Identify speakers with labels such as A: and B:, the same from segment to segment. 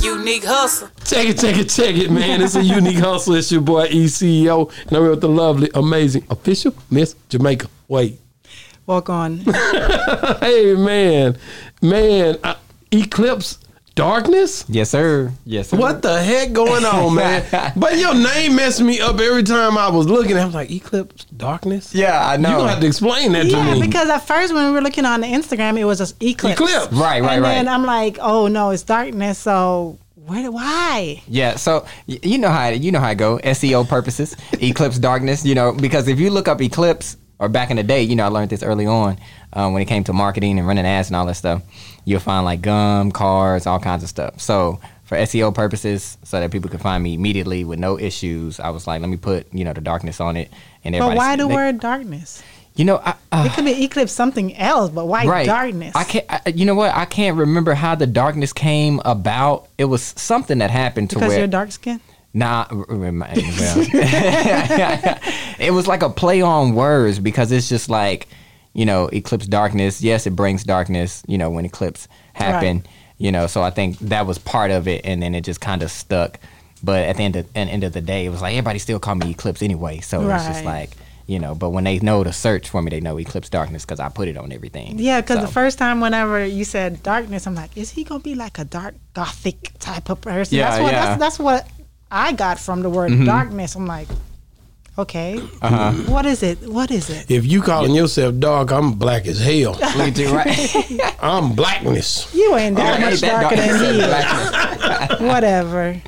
A: unique hustle.
B: Check it, check it, check it, man. It's a unique hustle. It's your boy E ECEO, and I'm here with the lovely, amazing official Miss Jamaica. Wait,
C: Walk on.
B: hey, man, man, uh, eclipse, darkness.
D: Yes, sir. Yes, sir.
B: What the heck going on, man? but your name messed me up every time I was looking. I was like, eclipse, darkness.
D: Yeah, I know.
B: You gonna have to explain that to
C: yeah,
B: me.
C: because at first when we were looking on the Instagram, it was just eclipse.
B: eclipse,
D: right, right,
C: and
D: right.
C: then I'm like, oh no, it's darkness. So where, why?
D: Yeah, so y- you know how you know how I go SEO purposes, eclipse darkness. You know because if you look up eclipse or back in the day, you know I learned this early on um, when it came to marketing and running ads and all that stuff. You'll find like gum, cards, all kinds of stuff. So for SEO purposes, so that people could find me immediately with no issues, I was like, let me put you know the darkness on it. And
C: But
D: everybody,
C: why the
D: they-
C: word darkness?
D: You know, I, uh,
C: It could be eclipse something else, but why
D: right
C: darkness?
D: I can't. I, you know what? I can't remember how the darkness came about. It was something that happened to
C: because
D: where
C: you're dark skinned?
D: Nah, r- r- remi- well, it was like a play on words because it's just like, you know, eclipse darkness. Yes, it brings darkness. You know, when eclipse happen,
C: Right.
D: you know. So I think that was part of it, and then it just kind of stuck. But at the end of and end of the day, it was like everybody still call me eclipse anyway. So it's just
C: Right.
D: like, you know. But when they know to search for me, they know eclipse darkness because I put it on everything.
C: Yeah, because
D: So-
C: the first time whenever you said darkness, I'm like, is he gonna be like a dark gothic type of person?
D: Yeah,
C: that's what
D: yeah. Mm-hmm.
C: that's, that's what I got from the word darkness. I'm like, okay,
D: Uh-huh.
C: what is it? What is it?
B: If you calling yourself dark, I'm black as hell.
D: Me too, right?
B: I'm blackness.
C: You ain't that
D: Ain't
C: much
D: that
C: darker
D: dark-
C: than me. Whatever.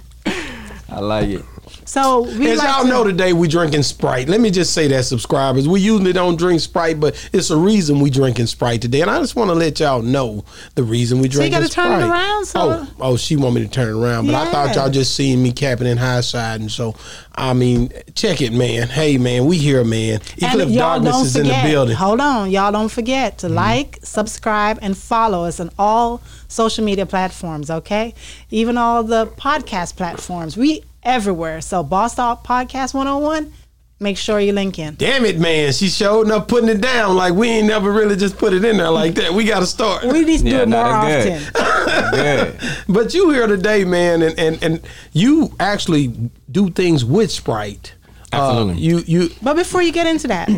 D: I like it.
C: So we
B: As
C: like
B: y'all
C: to-
B: know today, we drinking Sprite. Let me just say that, subscribers. We usually don't drink Sprite, but it's a reason we drinking Sprite today. And I just want to let y'all know the reason we drinking
C: gotta turn it
B: Sprite.
C: around, so-
B: Oh, oh, she want me to turn it around, but I thought
C: Yeah.
B: y'all just seen me capping in high side, and so I mean, check it, man. Hey, man, we here, man.
C: and
B: Eclipse
C: y'all
B: Darkness
C: don't
B: is
C: forget,
B: in the building. Mm-hmm.
C: Hold on, y'all don't forget to like, subscribe, and follow us on all social media platforms. Okay, even all the podcast platforms. We everywhere. So Boss Talk Podcast One Hundred and One. Make sure you link in.
B: Damn it, man. She showed up putting it down like we ain't never really just put it in there like that. We got to start.
C: We need to do
D: Yeah,
C: it
D: no,
C: more
D: that's
C: often.
D: good. Good.
B: But you here today, man, and, and, and you actually do things with Sprite.
D: Absolutely.
B: Uh, you you
C: But before you get into that.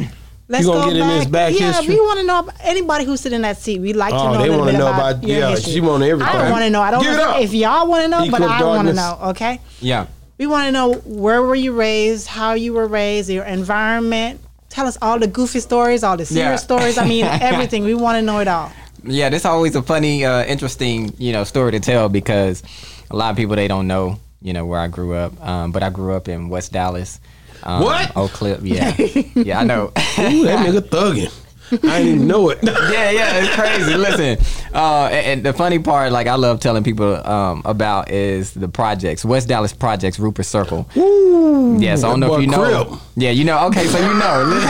C: Let's
B: gonna
C: go
B: get in
C: back.
B: this back
C: yeah,
B: history?
C: we want to know about anybody who's sitting in that seat. We like to
B: Oh,
C: know.
B: they
C: a little
B: wanna
C: bit
B: know
C: about,
B: about-
C: your
B: yeah,
C: history.
B: she want everything.
C: I want to know. I don't
B: Give it
C: know
B: up.
C: if y'all want to know, but
B: Equal
C: I want to
B: darkness.
C: know. Okay.
D: Yeah.
C: We want to know where were you raised, how you were raised, your environment. Tell us all the goofy stories, all the serious
D: Yeah.
C: stories. I mean, everything. We want to know it all.
D: Yeah, that's always a funny, uh, interesting, you know, story to tell because a lot of people they don't know, you know, where I grew up. Um, but I grew up in West Dallas. Um,
B: What?
D: Oak Cliff? Yeah, yeah, I know.
B: ooh, that nigga thugging. I didn't even know it.
D: yeah, yeah, it's crazy. Listen, uh, and, and the funny part, like I love telling people um, about, is the projects, West Dallas projects, Rupert Circle. Ooh, yes, I don't know if
B: boy
D: you know.
B: Crip.
D: Yeah, you know. Okay, so you know.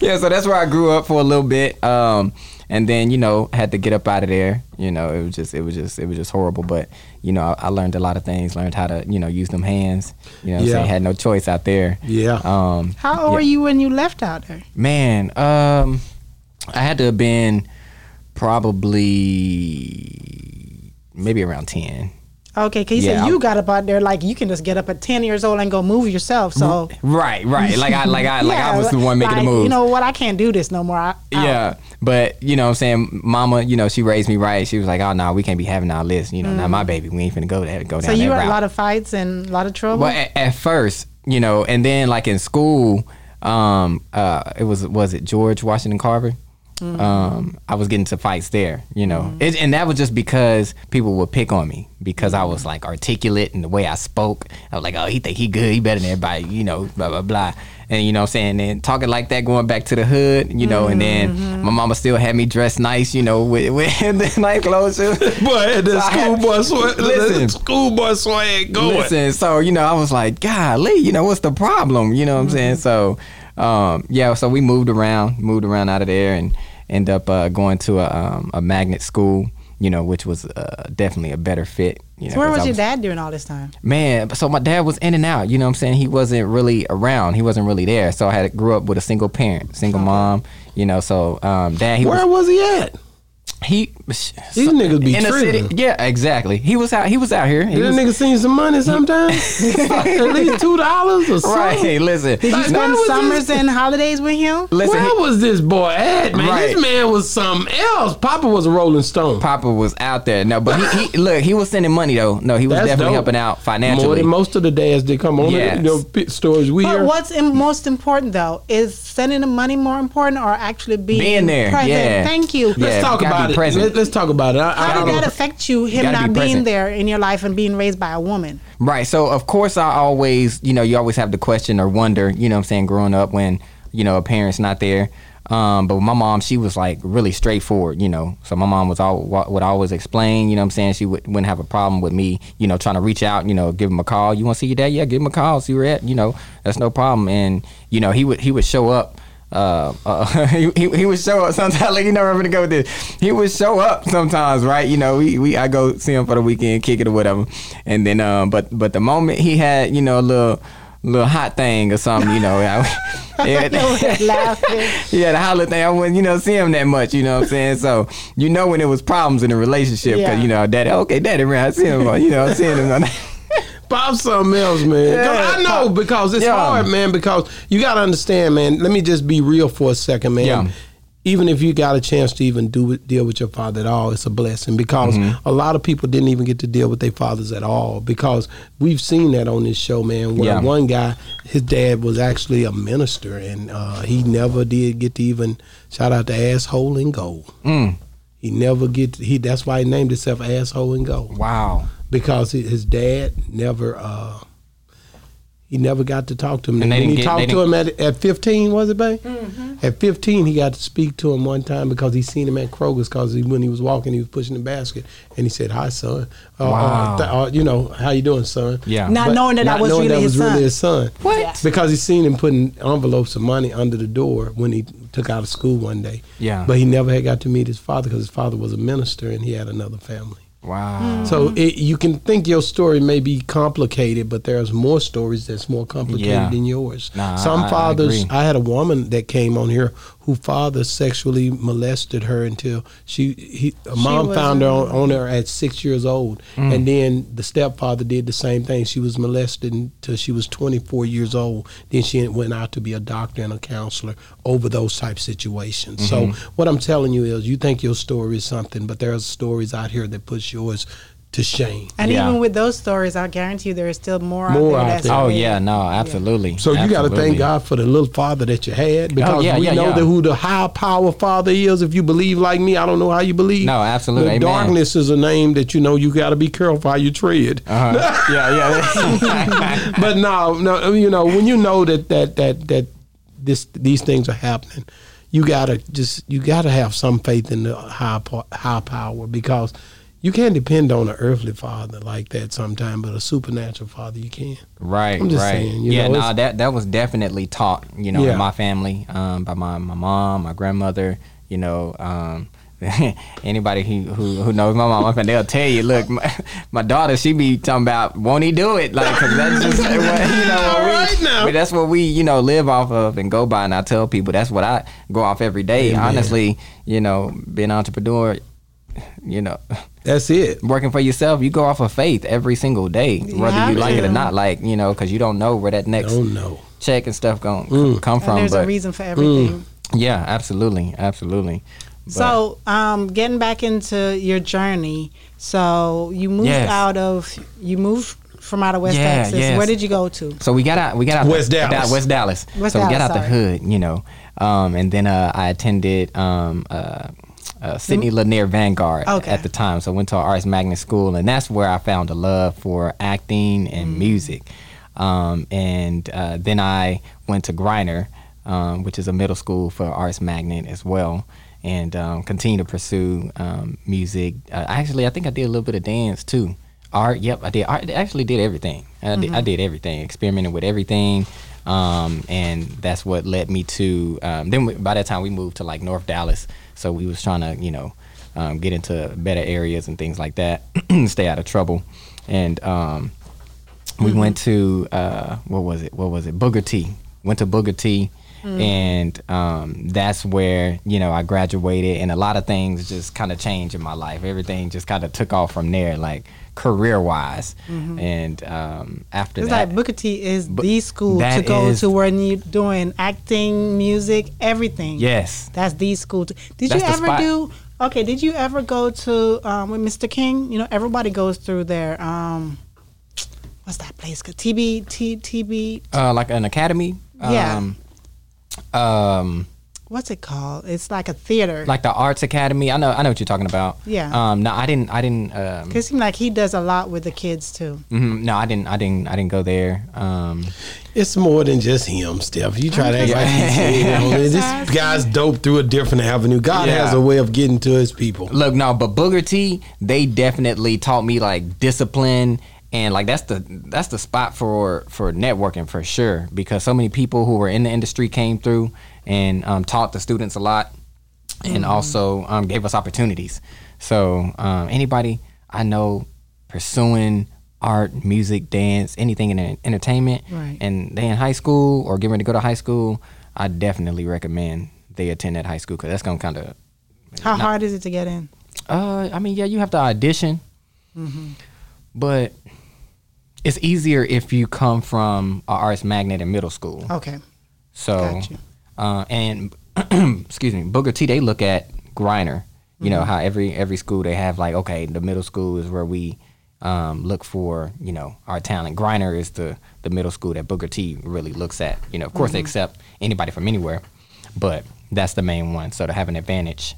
D: yeah, so that's where I grew up for a little bit, um, and then you know had to get up out of there. You know, it was just, it was just, it was just horrible. But you know, I, I learned a lot of things. Learned how to, you know, use them hands. You know, what I'm
B: Yeah.
D: saying had no choice out there.
B: Yeah.
D: Um,
C: How old were you when you left out there?
D: Man, um, I had to have been probably maybe around ten.
C: Okay, because you
D: Yeah,
C: said
D: I-
C: you got up out there like you can just get up at ten years old and go move yourself. So
D: Right, right. Like I, like I, like oh. I was the one making
C: like,
D: the move.
C: You know what? I can't do this no more. I, I-
D: yeah, but you know what I'm saying, Mama. You know she raised me right. She was like, "Oh no, we can't be having our list. You know, not my baby. We ain't finna go there, go
C: So
D: down that
C: you
D: route."
C: had a lot of fights and a lot of trouble.
D: Well, at, at first, you know, and then like in school, um, uh, it was was it George Washington Carver. Um, I was getting to fights there, you know, it, and that was just because people would pick on me because I was like articulate and the way I spoke. I was like, oh, he think he good, he better than everybody, you know, blah blah blah. And you know, what I'm saying, and talking like that, going back to the hood, you know, and then my mama still had me dressed nice, you know, with with the nice clothes. shoes.
B: but the
D: I had-
B: schoolboy swag, the
D: Listen.
B: schoolboy swag going.
D: Listen, so you know, I was like, golly, you know, what's the problem? You know
B: Mm-hmm.
D: what I'm saying? So, um, yeah, so we moved around, moved around out of there, and end up uh, going to a, um, a magnet school, you know, which was uh, definitely a better fit. You know,
C: so where
D: 'cause
C: was
D: I
C: your dad during all this time?
D: Man, so my dad was in and out. You know what I'm saying? He wasn't really around. He wasn't really there. So I had grew up with a single parent, single mom. You know, so um, dad he was
B: Where was he at?
D: He
B: These niggas be
D: in the city.
B: tripping.
D: Yeah, exactly. He was out. He was out here. He
B: Did
D: was-
B: that nigga seen some money sometimes? At least two dollars or something.
D: right. listen.
C: Did you
D: No,
C: spend
B: was
C: summers and holidays with him?
D: listen.
B: Where
D: he-
B: was this boy at, man?
D: Right.
B: This man was something else. Papa was a Rolling Stone.
D: Papa was out there. No, but he, he look. He was sending money though. No, he was
B: That's
D: definitely
B: dope.
D: helping out
B: More
D: financially.
B: than most of the dads that come on
D: Yes.
B: the, the p- stories we
C: But
B: hear.
C: what's im- most important though is sending the money more important or actually being,
D: Being there,
C: present.
D: yeah.
C: Thank you.
D: Yeah.
B: Let's
D: you
B: talk
D: gotta
B: about
D: be
B: it.
D: present.
B: Let, us talk about it. I, I
C: How
B: don't
C: did that
B: know.
C: affect you, him
D: Gotta be
C: not being
D: present.
C: there in your life and being raised by a woman?
D: Right. So of course I always, you know, you always have the question or wonder, you know what I'm saying, growing up when, you know, a parent's not there. Um, but my mom, she was like really straightforward, you know. So my mom was all wa- would always explain, you know what I'm saying? She would, wouldn't have a problem with me, you know, trying to reach out, you know, give him a call. You want to see your dad? Yeah, give him a call, see where you're at, you know. That's no problem. And, you know, he would he would show up uh, uh he, he, he would show up sometimes like you know where I'm gonna go with this he would show up sometimes right you know we, we I go see him for the weekend kick it or whatever and then um but but the moment he had you know a little little hot thing or something you know I, yeah,
C: Laughing.
D: yeah the holler thing I wouldn't you know see him that much you know what I'm saying so you know when it was problems in the relationship because
C: Yeah.
D: you know daddy okay daddy around I see him uh, you know I'm seeing him
B: Pop something else, man.
D: Yeah,
B: I know
D: pop-
B: because it's
D: Yeah.
B: hard, man. Because you gotta understand, man. Let me just be real for a second, man.
D: Yeah.
B: Even if you got a chance to even do it- deal with your father at all, it's a blessing because
D: Mm-hmm.
B: a lot of people didn't even get to deal with their fathers at all because we've seen that on this show, man. Where
D: Yeah.
B: one guy, his dad was actually a minister, and uh, he never did get to even shout out to asshole and go.
D: Mm.
B: He never get he. That's why he named himself asshole and go
D: wow
B: because he- his dad never uh he never got to talk to him.
D: And
B: And
D: they
B: when
D: didn't
B: he
D: get- they
B: talked to
D: didn't-
B: him at, at 15, was it, babe?
C: Mm-hmm.
B: At 15, he got to speak to him one time because he seen him at Kroger's because he, when he was walking, he was pushing the basket. And he said, hi, son. Uh, uh,
D: Wow.
B: th- uh, you know, how you doing, son?
D: Yeah.
C: Not knowing that that was really his son.
B: son.
C: What? Yeah.
B: Because he seen him putting envelopes of money under the door when he took out of school one day.
D: Yeah.
B: But he never had got to meet his father because his father was a minister and he had another family.
D: wow
B: So it, you can think your story may be complicated, but there's more stories that's more complicated
D: Yeah.
B: than yours.
D: Nah, I-
B: Some
D: I- I
B: fathers.
D: agree.
B: I, had a woman that came on here who father sexually molested her until she he a mom
C: was
B: found her
C: a-
B: on, on her at six years old, and then the stepfather did the same thing. She was molested until she was 24 years old. Then she went out to be a doctor and a counselor over those type situations. So what I'm telling you is, you think your story is something, but there are stories out here that puts yours to shame.
C: And
D: Yeah.
C: even with those stories, I guarantee you there is still more,
B: More
C: out
B: out
C: there. That's
B: there.
D: oh
C: big.
D: yeah no absolutely
B: So you got to
D: Absolutely. Oh,
B: thank God for the little father that you had because
D: yeah,
B: we
D: yeah,
B: know
D: yeah.
B: that who the high power father is. If you believe like me, I don't know how you believe.
D: No, absolutely.
B: But
D: Amen.
B: darkness is a name that you know you got to be careful how you tread.
D: Uh-huh. yeah, yeah.
B: but no, no, you know when you know that that that that this these things are happening, you gotta just you gotta have some faith in the high po- high power because you can't depend on an earthly father like that sometimes, but a supernatural father you can.
D: right,
B: I'm just
D: right.
B: saying, you
D: yeah,
B: know,
D: no,
B: it's-
D: that that was definitely taught, you know,
B: Yeah.
D: in my family, um, by my, my mom, my grandmother, you know, um, anybody who, who who knows my mom, they'll tell you, look, my, my daughter, she be talking about, won't he do it? Like, 'cause that's just what, you know, what we,
B: Alright now.
D: we- that's what we, you know, live off of and go by. And I tell people that's what I go off every day.
B: Amen.
D: Honestly, you know, being an entrepreneur, you know,
B: That's it.
D: working for yourself, you go off of faith every single day, whether
C: have
D: you like it or
C: to.
D: not. Like you know, because you don't know where that next
B: Don't know.
D: check and stuff going to
B: Mm.
D: come
C: And
D: from.
C: there's
D: But Mm,
C: a reason for everything.
D: yeah, absolutely, absolutely. But-
C: So, um, getting back into your journey, so you moved
D: Yes.
C: out of you moved from out of West
D: Yeah,
C: Texas.
D: yes.
C: Where did you go to?
D: So we got out. We got out
B: West
D: the,
B: Dallas.
D: Da- West Dallas.
C: West
D: so we got
C: Dallas,
D: out the
C: sorry.
D: hood, you know. Um, and then uh, I attended um, uh, uh, Sydney Lanier Vanguard
C: Okay.
D: at the time. So I went to an arts magnet school, and that's where I found a love for acting and music. Um, and uh, then I went to Griner, um, which is a middle school for arts magnet as well. And um, continue to pursue um, music. Uh, actually, I think I did a little bit of dance too art yep i did art, actually did everything I, did, I did everything experimented with everything um, and that's what led me to um, then we, by that time we moved to like north dallas so we was trying to you know um, get into better areas and things like that stay out of trouble and um,
C: Mm-hmm.
D: we went to uh, what was it what was it booger t went to booger t
C: Mm.
D: and um, that's where you know I graduated, and a lot of things just kind of changed in my life. Everything just kind of took off from there, like career wise, and um, after
C: It's
D: that,
C: Mm-hmm. like Booker T is the school to
D: that
C: go
D: is-
C: to when you're doing acting, music, everything.
D: yes,
C: That's the school. To, did
D: That's
C: you
D: the
C: ever
D: spot.
C: do? Okay, did you ever go to um, with Mr. King? You know, everybody goes through their um, what's that place? called? TB T TB.
D: uh, like an academy,
C: Yeah.
D: um, um,
C: What's it called? It's like a theater.
D: like the arts academy. I know, I know what you're talking about.
C: Yeah.
D: Um, no, I didn't. I didn't. Um,
C: it seems like he does a lot with the kids too.
D: mhm, no, I didn't. I didn't. I didn't go there. Um,
B: It's more than just him, Steph. You try to act
C: just-
B: like he's him. this
C: asking.
B: guy's dope through a different avenue. God
D: Yeah.
B: has a way of getting to his people.
D: look, no, but Booger T, they definitely taught me like discipline. And like that's the that's the spot for for networking for sure because so many people who were in the industry came through and um, taught the students a lot and also um, gave us opportunities. So um, anybody I know pursuing art, music, dance, anything in en- entertainment,
C: Right.
D: and they in high school or getting ready to go to high school, I definitely recommend they attend that high school because that's gonna kind of Mm,
C: How hard is it to get in?
D: uh, I mean, yeah, you have to audition, but it's easier if you come from a arts magnet in middle school.
C: Okay.
D: So,
C: Got you.
D: uh, and excuse me, Booker T. They look at Griner. You know how every every school they have like okay, the middle school is where we um, look for you know our talent. Griner is the the middle school that Booker T. really looks at. You know, of course they accept anybody from anywhere, but that's the main one. So to have an advantage,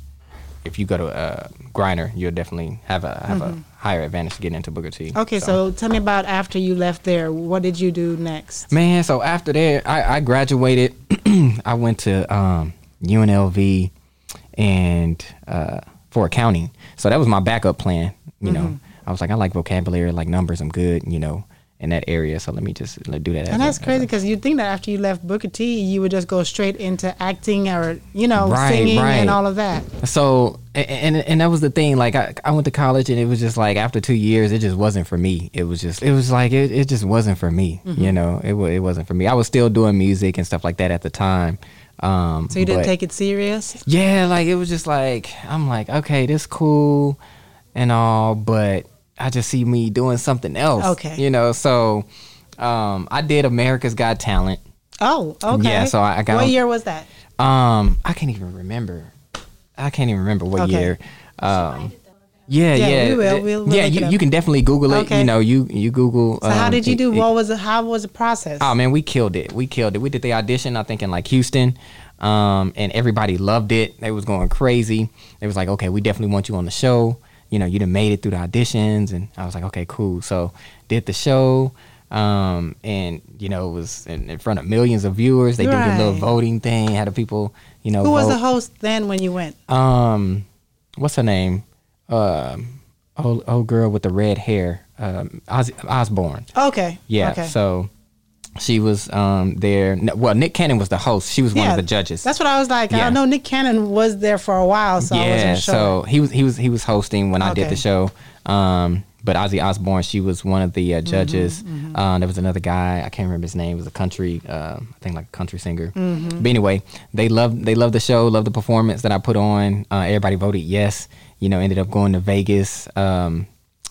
D: if you go to uh, Griner, you'll definitely have a have a higher advantage to get into Booker T.
C: Okay, so tell me about after you left there. What did you do next?
D: Man, so after that, I, I graduated. I went to um, UNLV and uh, for accounting. So that was my backup plan. You know,
C: Mm-hmm.
D: I was like, I like vocabulary, like numbers. I'm good. You know, in that area. So let me just let do that. as
C: And
D: a-
C: that's
D: as a-
C: crazy because you'd think that after you left Booker T, you would just go straight into acting or you know
D: Right,
C: singing
D: right.
C: and all of that.
D: So a- and and that was the thing. Like I, I went to college and it was just like after two years, it just wasn't for me. It was just it was like it, it just wasn't for me.
C: Mm-hmm.
D: You know, it wa- it wasn't for me. I was still doing music and stuff like that at the time. Um,
C: So you didn't
D: but-
C: take it serious.
D: Yeah, like it was just like I'm like, okay, this cool and all, but I just see me doing something else.
C: Okay.
D: You know, so um I did America's Got Talent.
C: Oh, okay.
D: Yeah, so I- I got
C: What
D: on-
C: year was that?
D: Um I can't even remember. I can't even remember what
C: Okay.
D: year. Um yeah,
C: Yeah,
D: yeah,
C: we will. We'll- we'll
D: yeah,
C: look it
D: you,
C: up.
D: you can definitely Google it.
C: Okay.
D: You know, you you Google.
C: So how
D: um,
C: did you
D: it-
C: do?
D: it-
C: What was the, how was the process?
D: Oh man, we killed it. We killed it. We did the audition, I think, in like Houston, um, and everybody loved it. They was going crazy. They was like, okay, we definitely want you on the show. You know, you done made it through the auditions, and I was like, okay, cool. So did the show, um, and you know, it was in, in front of millions of viewers. They did the little
C: Right.
D: voting thing, had the people, you know,
C: Who was
D: vote.
C: the host then when you went?
D: um, what's her name? Um, old old girl with the red hair, um, Oz- Osborne.
C: Okay.
D: Yeah.
C: Okay.
D: So she was um, there. No, well, Nick Cannon was the host. She was one of the judges.
C: That's what I was like. I
D: Yeah.
C: know Nick Cannon was there for a while, so I
D: yeah.
C: wasn't sure.
D: So he was he was he was hosting when I did
C: Okay.
D: the show. Um, but Ozzy Osbourne, she was one of the uh,
C: Mm-hmm,
D: judges. Uh, there was another guy I can't remember his name. It was a country, uh, I think like a country singer.
C: Mm-hmm.
D: But anyway, they loved they loved the show, loved the performance that I put on. Uh, everybody voted yes. You know, ended up going to Vegas. Um,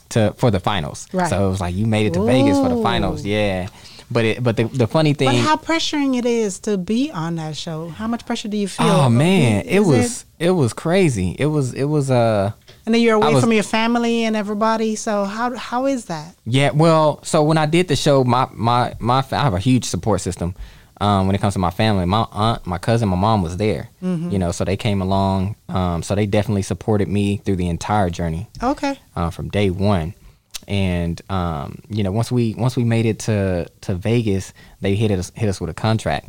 D: to for the finals,
C: Right.
D: so it was like you made it to Vegas for the
C: Ooh.
D: finals, yeah. But it, but the, the funny thing,
C: but how pressuring it is to be on that show. How much pressure do you feel?
D: Oh man, it
C: Is
D: was it? was crazy. It was it was uh
C: and then you're away
D: was-
C: from your family and everybody. So how how is that?
D: yeah. Well, so when I did the show, my my my fa- I have a huge support system. Um, when it comes to my family, my aunt, my cousin, my mom was there. You know, so they came along. Um, so they definitely supported me through the entire journey.
C: Okay.
D: uh, from day one. And um, you know, once we once we made it to to Vegas, they hit us hit us with a contract,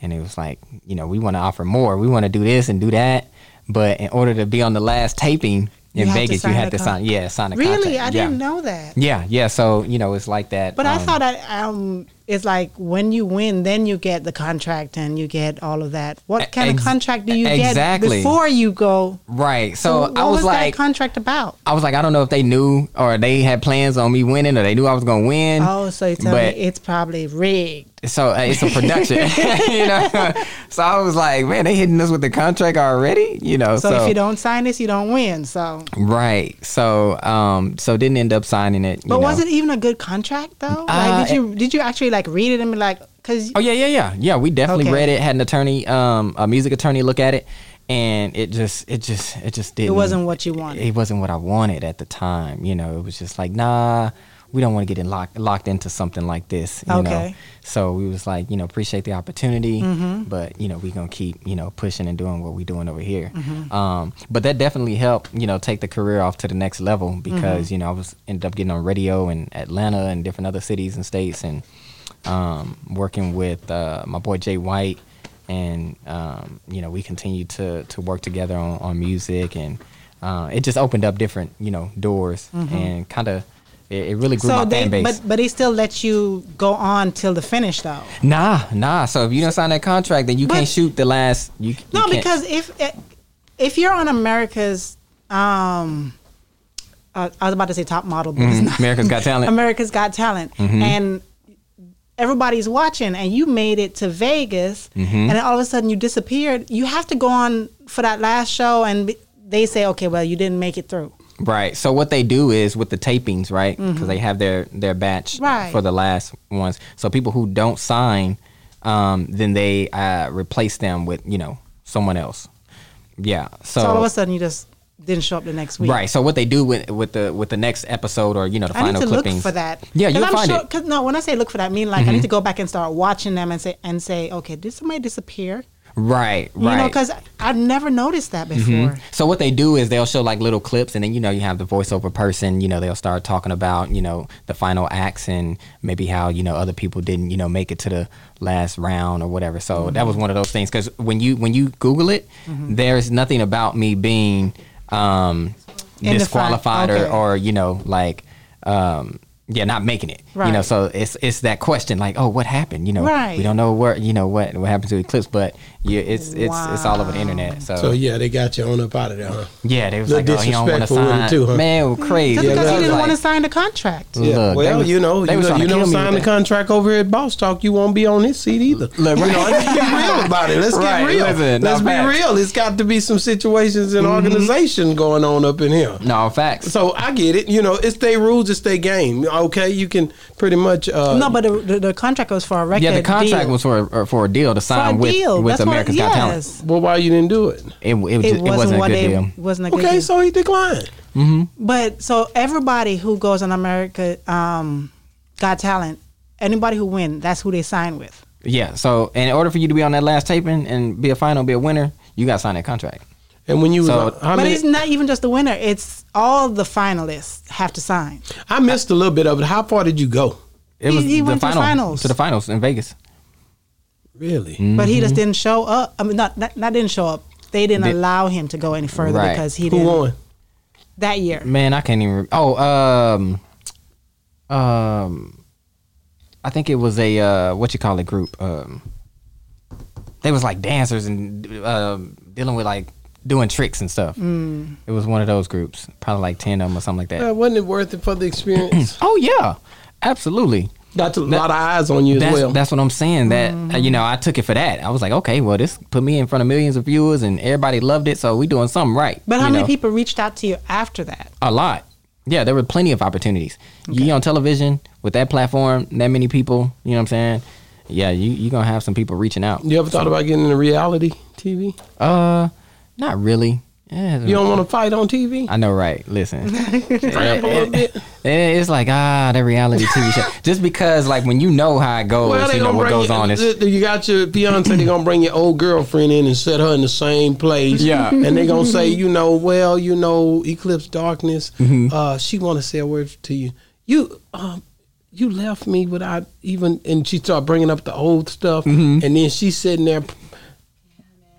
D: and it was like, you know, we want to offer more, we want to do this and do that, but in order to be on the last taping
C: You
D: in
C: have to
D: Vegas, you
C: sign a
D: had to
C: con-
D: sign, yeah, sign a
C: Really,
D: contract.
C: I
D: yeah.
C: didn't know that.
D: Yeah, yeah. So you know, it's like that.
C: But I
D: um,
C: thought that um, it's like when you win, then you get the contract and you get all of that. What kind
D: E-, ex-
C: of contract do you
D: exactly.
C: get before you go?
D: Right. So,
C: what
D: I was, like,
C: that contract about?
D: I was like, I don't know if they knew or they had plans on me winning or they knew I was gonna win.
C: Oh, so you tell
D: but-
C: me it's probably rigged.
D: So uh, it's a production, you know. So I was like, man, they hitting us with the contract already, you know.
C: So,
D: So,
C: if you don't sign this, you don't win. So,
D: right. So um, so didn't end up signing it. you
C: but was
D: know.
C: it even a good contract though?
D: Uh,
C: like, did you did you actually like read it and be like, because
D: Oh yeah, yeah, yeah, yeah. We definitely
C: Okay.
D: read it. Had an attorney, um, a music attorney, look at it, and it just, it just, it just didn't.
C: it wasn't what you wanted.
D: It wasn't what I wanted at the time. You know, it was just like, nah, we don't want to get in locked locked into something like this. You Know?
C: Okay.
D: So we was like, you know, appreciate the opportunity,
C: Mm-hmm.
D: but you know, we gonna keep, you know, pushing and doing what we doing over here.
C: Mm-hmm.
D: Um, but that definitely helped, you know, take the career off to the next
C: Mm-hmm.
D: level because you know I was ended up getting on radio in Atlanta and different other cities and states and um, working with uh, my boy Jay White, and um, you know we continued to to work together on, on music, and uh, it just opened up different you know doors, and kind of it, it really grew
C: Mm-hmm. so
D: my
C: they,
D: fan base.
C: but but he still lets you go on till the finish though.
D: nah, nah. So if you don't sign that contract, then you
C: But-
D: can't shoot the last. You, you
C: No,
D: can't-
C: because if if you're on America's, um, uh, I was about to say top model, but it's not.
D: Mm-hmm. America's Got Talent.
C: America's Got Talent,
D: Mm-hmm.
C: and everybody's watching, and you made it to Vegas,
D: Mm-hmm.
C: and then all of a sudden you disappeared. You have to go on for that last show, and be- they say, okay, well, you didn't make it through.
D: Right. So what they do is with the tapings, right? Because they have their their batch
C: Mm-hmm. Right.
D: for the last ones. So people who don't sign, um, then they uh, replace them with you know someone else. Yeah. So,
C: So all of a sudden you just didn't show up the next week.
D: Oh. right. So what they do with with the with the next episode or you know the
C: I
D: final
C: need to
D: clippings
C: look for that.
D: Yeah,
C: 'Cause
D: you'll
C: I'm
D: find
C: sure,
D: it. Mm-hmm.
C: Cause no, when I say look for that, I mean like I need to go back and start watching them and say and say, okay, did somebody disappear?
D: Right. Right. Mm-hmm.
C: You know, because I've never noticed that before.
D: So what they do is they'll show like little clips, and then you know you have the voiceover person. You know they'll start talking about you know the final acts and maybe how you know other people didn't you know make it to the last round or whatever. So
C: Mm-hmm.
D: that was one of those things because when you when you Google it, there's nothing about me being um,
C: In the fi-
D: disqualified
C: okay.
D: or, or you know like. Um, yeah, not making it. You know,
C: Right.
D: so it's it's that question like, oh, what happened? You know,
C: Right.
D: we don't know where you know what what happened to Eclipse, but yeah, it's it's it's all over the
C: Wow.
D: internet.
B: So yeah, they got you on up out of there, huh?
D: Yeah, they was
B: Little
D: like, oh, you don't want to
B: disrespectful with it
D: sign.
B: too, huh?
D: Man, it was crazy.
C: Just because
B: that
C: you
B: was
C: didn't want to
D: Like,
C: sign the contract.
D: Yeah.
B: well,
D: Look, they was-
B: you know,
D: they
B: you, know,
D: was trying
B: you
D: to
B: don't
D: kill me
B: sign the
D: with that.
B: contract over at Boss Talk, you won't be on this seat either. you know, let's be real about it. Let's
D: Right,
B: get real.
D: listen, no,
B: let's be
D: facts. Mm-hmm.
B: real. It's got to be some situations and organization going on up in here.
D: No facts.
B: So I get it. You know, it's their rules, it's their game. Okay, you can pretty much. Uh,
C: No, but the, the, the contract was for a record.
D: Yeah, the contract
C: deal.
D: was for a, for a deal to sign
C: for a
D: with
C: deal.
D: with
C: That's
D: America's
C: what,
D: Got Talent.
C: yes.
B: well, why you didn't do it?
D: It, it, was
C: It,
D: just- it
C: wasn't,
D: wasn't a
C: what
D: good
C: they
D: deal.
C: wasn't a good
B: Okay,
C: deal.
B: so he declined.
C: But so everybody who goes on America um, Got Talent, anybody who win, that's who they sign with.
D: Yeah. So in order for you to be on that last taping and be a final, be a winner, you got to sign that contract.
B: And when you was,
D: So-
B: on- how
C: but
B: many,
C: it's not even just the winner; it's all the finalists have to sign.
B: I missed a little bit of it. How far did you go?
D: It
C: He-
D: was
C: he
D: the
C: went to
D: final,
C: finals.
D: to the finals in Vegas.
B: Really?
C: But he
D: Mm-hmm.
C: just didn't show up. I mean, not not, not didn't show up. They didn't
D: Did-
C: allow him to go any further
D: Right.
C: because he
B: Who
C: didn't
B: won?
C: that year.
D: Man, I can't even. Re- oh, um, um, I think it was a uh, what you call it group. Um, they was like dancers and um dealing with like doing tricks and stuff. Mm. It was one of those groups, probably like ten of them or something like that.
B: Uh, wasn't it worth it for the experience?
D: oh yeah, absolutely.
B: That's a lot of eyes on you as
D: That's,
B: well.
D: that's what I'm saying. That
C: Mm-hmm.
D: uh, you know, I took it for that. I was like, okay, well, this put me in front of millions of viewers, and everybody loved it, so we doing something right.
C: But how
D: you
C: many
D: know?
C: people reached out to you after that?
D: a lot. Yeah, there were plenty of opportunities. You on television with that platform, that many people, you know what I'm saying? Yeah, you you going to have some people reaching out.
B: you ever thought about getting into reality TV?
D: Uh not really. Yeah.
B: You don't want to fight on TV?
D: I know right. Listen.
B: Ramble a bit.
D: Eh, it's like ah, that reality TV show. Just because like when you know how it goes,
B: Well, they
D: you know
B: gonna
D: what
B: bring
D: goes
B: you,
D: on. It's,
B: You got your fiance. They gonna bring your old girlfriend in and set her in the same place.
D: Yeah.
B: and they gonna say, you know, well, you know, Eclipse Darkness. Uh, she want to say a word to you. You, um, you left me without even. And she start bringing up the old Mm-hmm. stuff, and then she's sitting there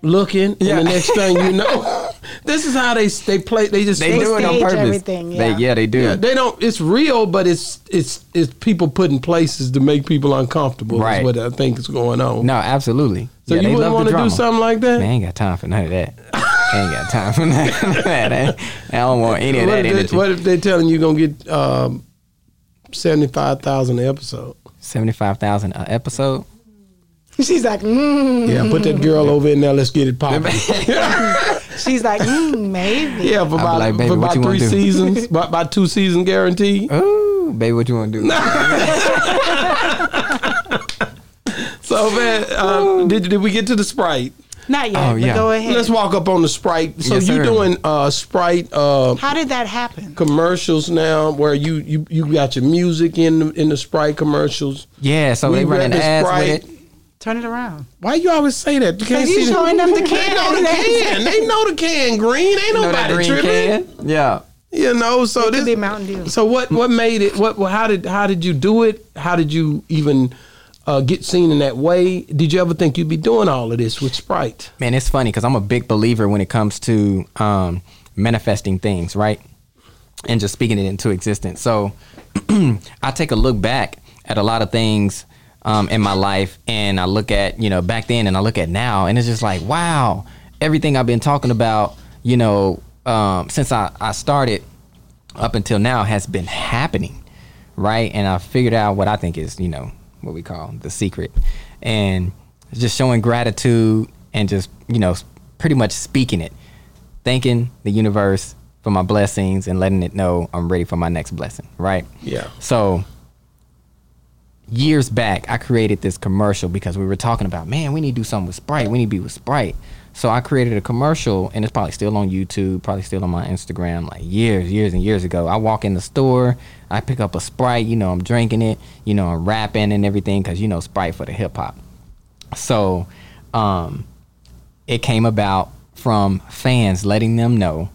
B: looking. And the next thing you know, this is how they they play. They just
D: They
C: They
D: do it on
C: stage
D: purpose.
C: everything, yeah.
D: They, yeah, they do.
B: Yeah, they don't. It's real, but it's it's it's people put in places to make people uncomfortable.
D: Right.
B: Is what I think is going on.
D: no, absolutely.
B: so you
D: Yeah, they
B: wouldn't
D: love
B: want
D: the
B: to do
D: drama.
B: something like that.
D: Man, I ain't got time for none of that. I ain't got time for none of that. I, I don't want any of
B: what,
D: that
B: if
D: energy.
B: they, what if they're telling you gonna get um, seventy five thousand an episode?
D: Seventy-five thousand an episode.
C: She's like, mm.
B: Yeah, put that girl over in there. Let's get it popping.
C: She's like, mm, maybe.
B: Yeah, for
D: be
B: about,
D: like, "Baby,
B: for
D: what
B: about
D: you
B: three
D: wanna do?"
B: seasons, by, by two season guarantee.
D: Ooh, baby, what you want to do?
B: So man, uh, did did we get to the sprite?
C: Not yet.
D: Oh,
C: but
D: yeah.
C: go ahead.
B: Let's walk up on the sprite. So
D: Yes,
B: you
D: sir.
B: doing uh, sprite uh,
C: How did that happen?
B: commercials now, where you, you you got your music in the, in the sprite commercials.
D: Yeah, so Oh, they
B: We read
D: running
B: the
D: ads
B: Sprite.
D: with it.
C: Turn it around.
B: Why you always say that? You can't
C: Because you
B: see the-
C: showing them the
B: They know the can.
C: can.
B: They know the can green. Ain't
D: Know that
B: nobody
D: green
B: tripping.
D: can? Yeah.
B: You know, so
C: Could
B: this
C: be Mountain Dew.
B: So what what made it? What well, how did how did you do it? How did you even uh, get seen in that way? Did you ever think you'd be doing all of this with Sprite?
D: Man, it's funny because I'm a big believer when it comes to um, manifesting things, right? And just speaking it into existence. So I take a look back at a lot of things um, in my life and I look at, you know, back then and I look at now and it's just like, wow, everything I've been talking about, you know, um, since I, I started up until now has been happening, right? And I figured out what I think is, you know, what we call the secret, and just showing gratitude and just, you know, s- pretty much speaking it, thanking the universe for my blessings and letting it know I'm ready for my next blessing, right?
B: Yeah.
D: So years back, I created this commercial because we were talking about, man, we need to do something with Sprite. We need to be with Sprite. So I created a commercial, and it's probably still on YouTube, probably still on my Instagram, like years, years, and years ago. I walk in the store, I pick up a Sprite, you know, I'm drinking it, you know, I'm rapping and everything, because, you know, Sprite for the hip hop. So um, it came about from fans letting them know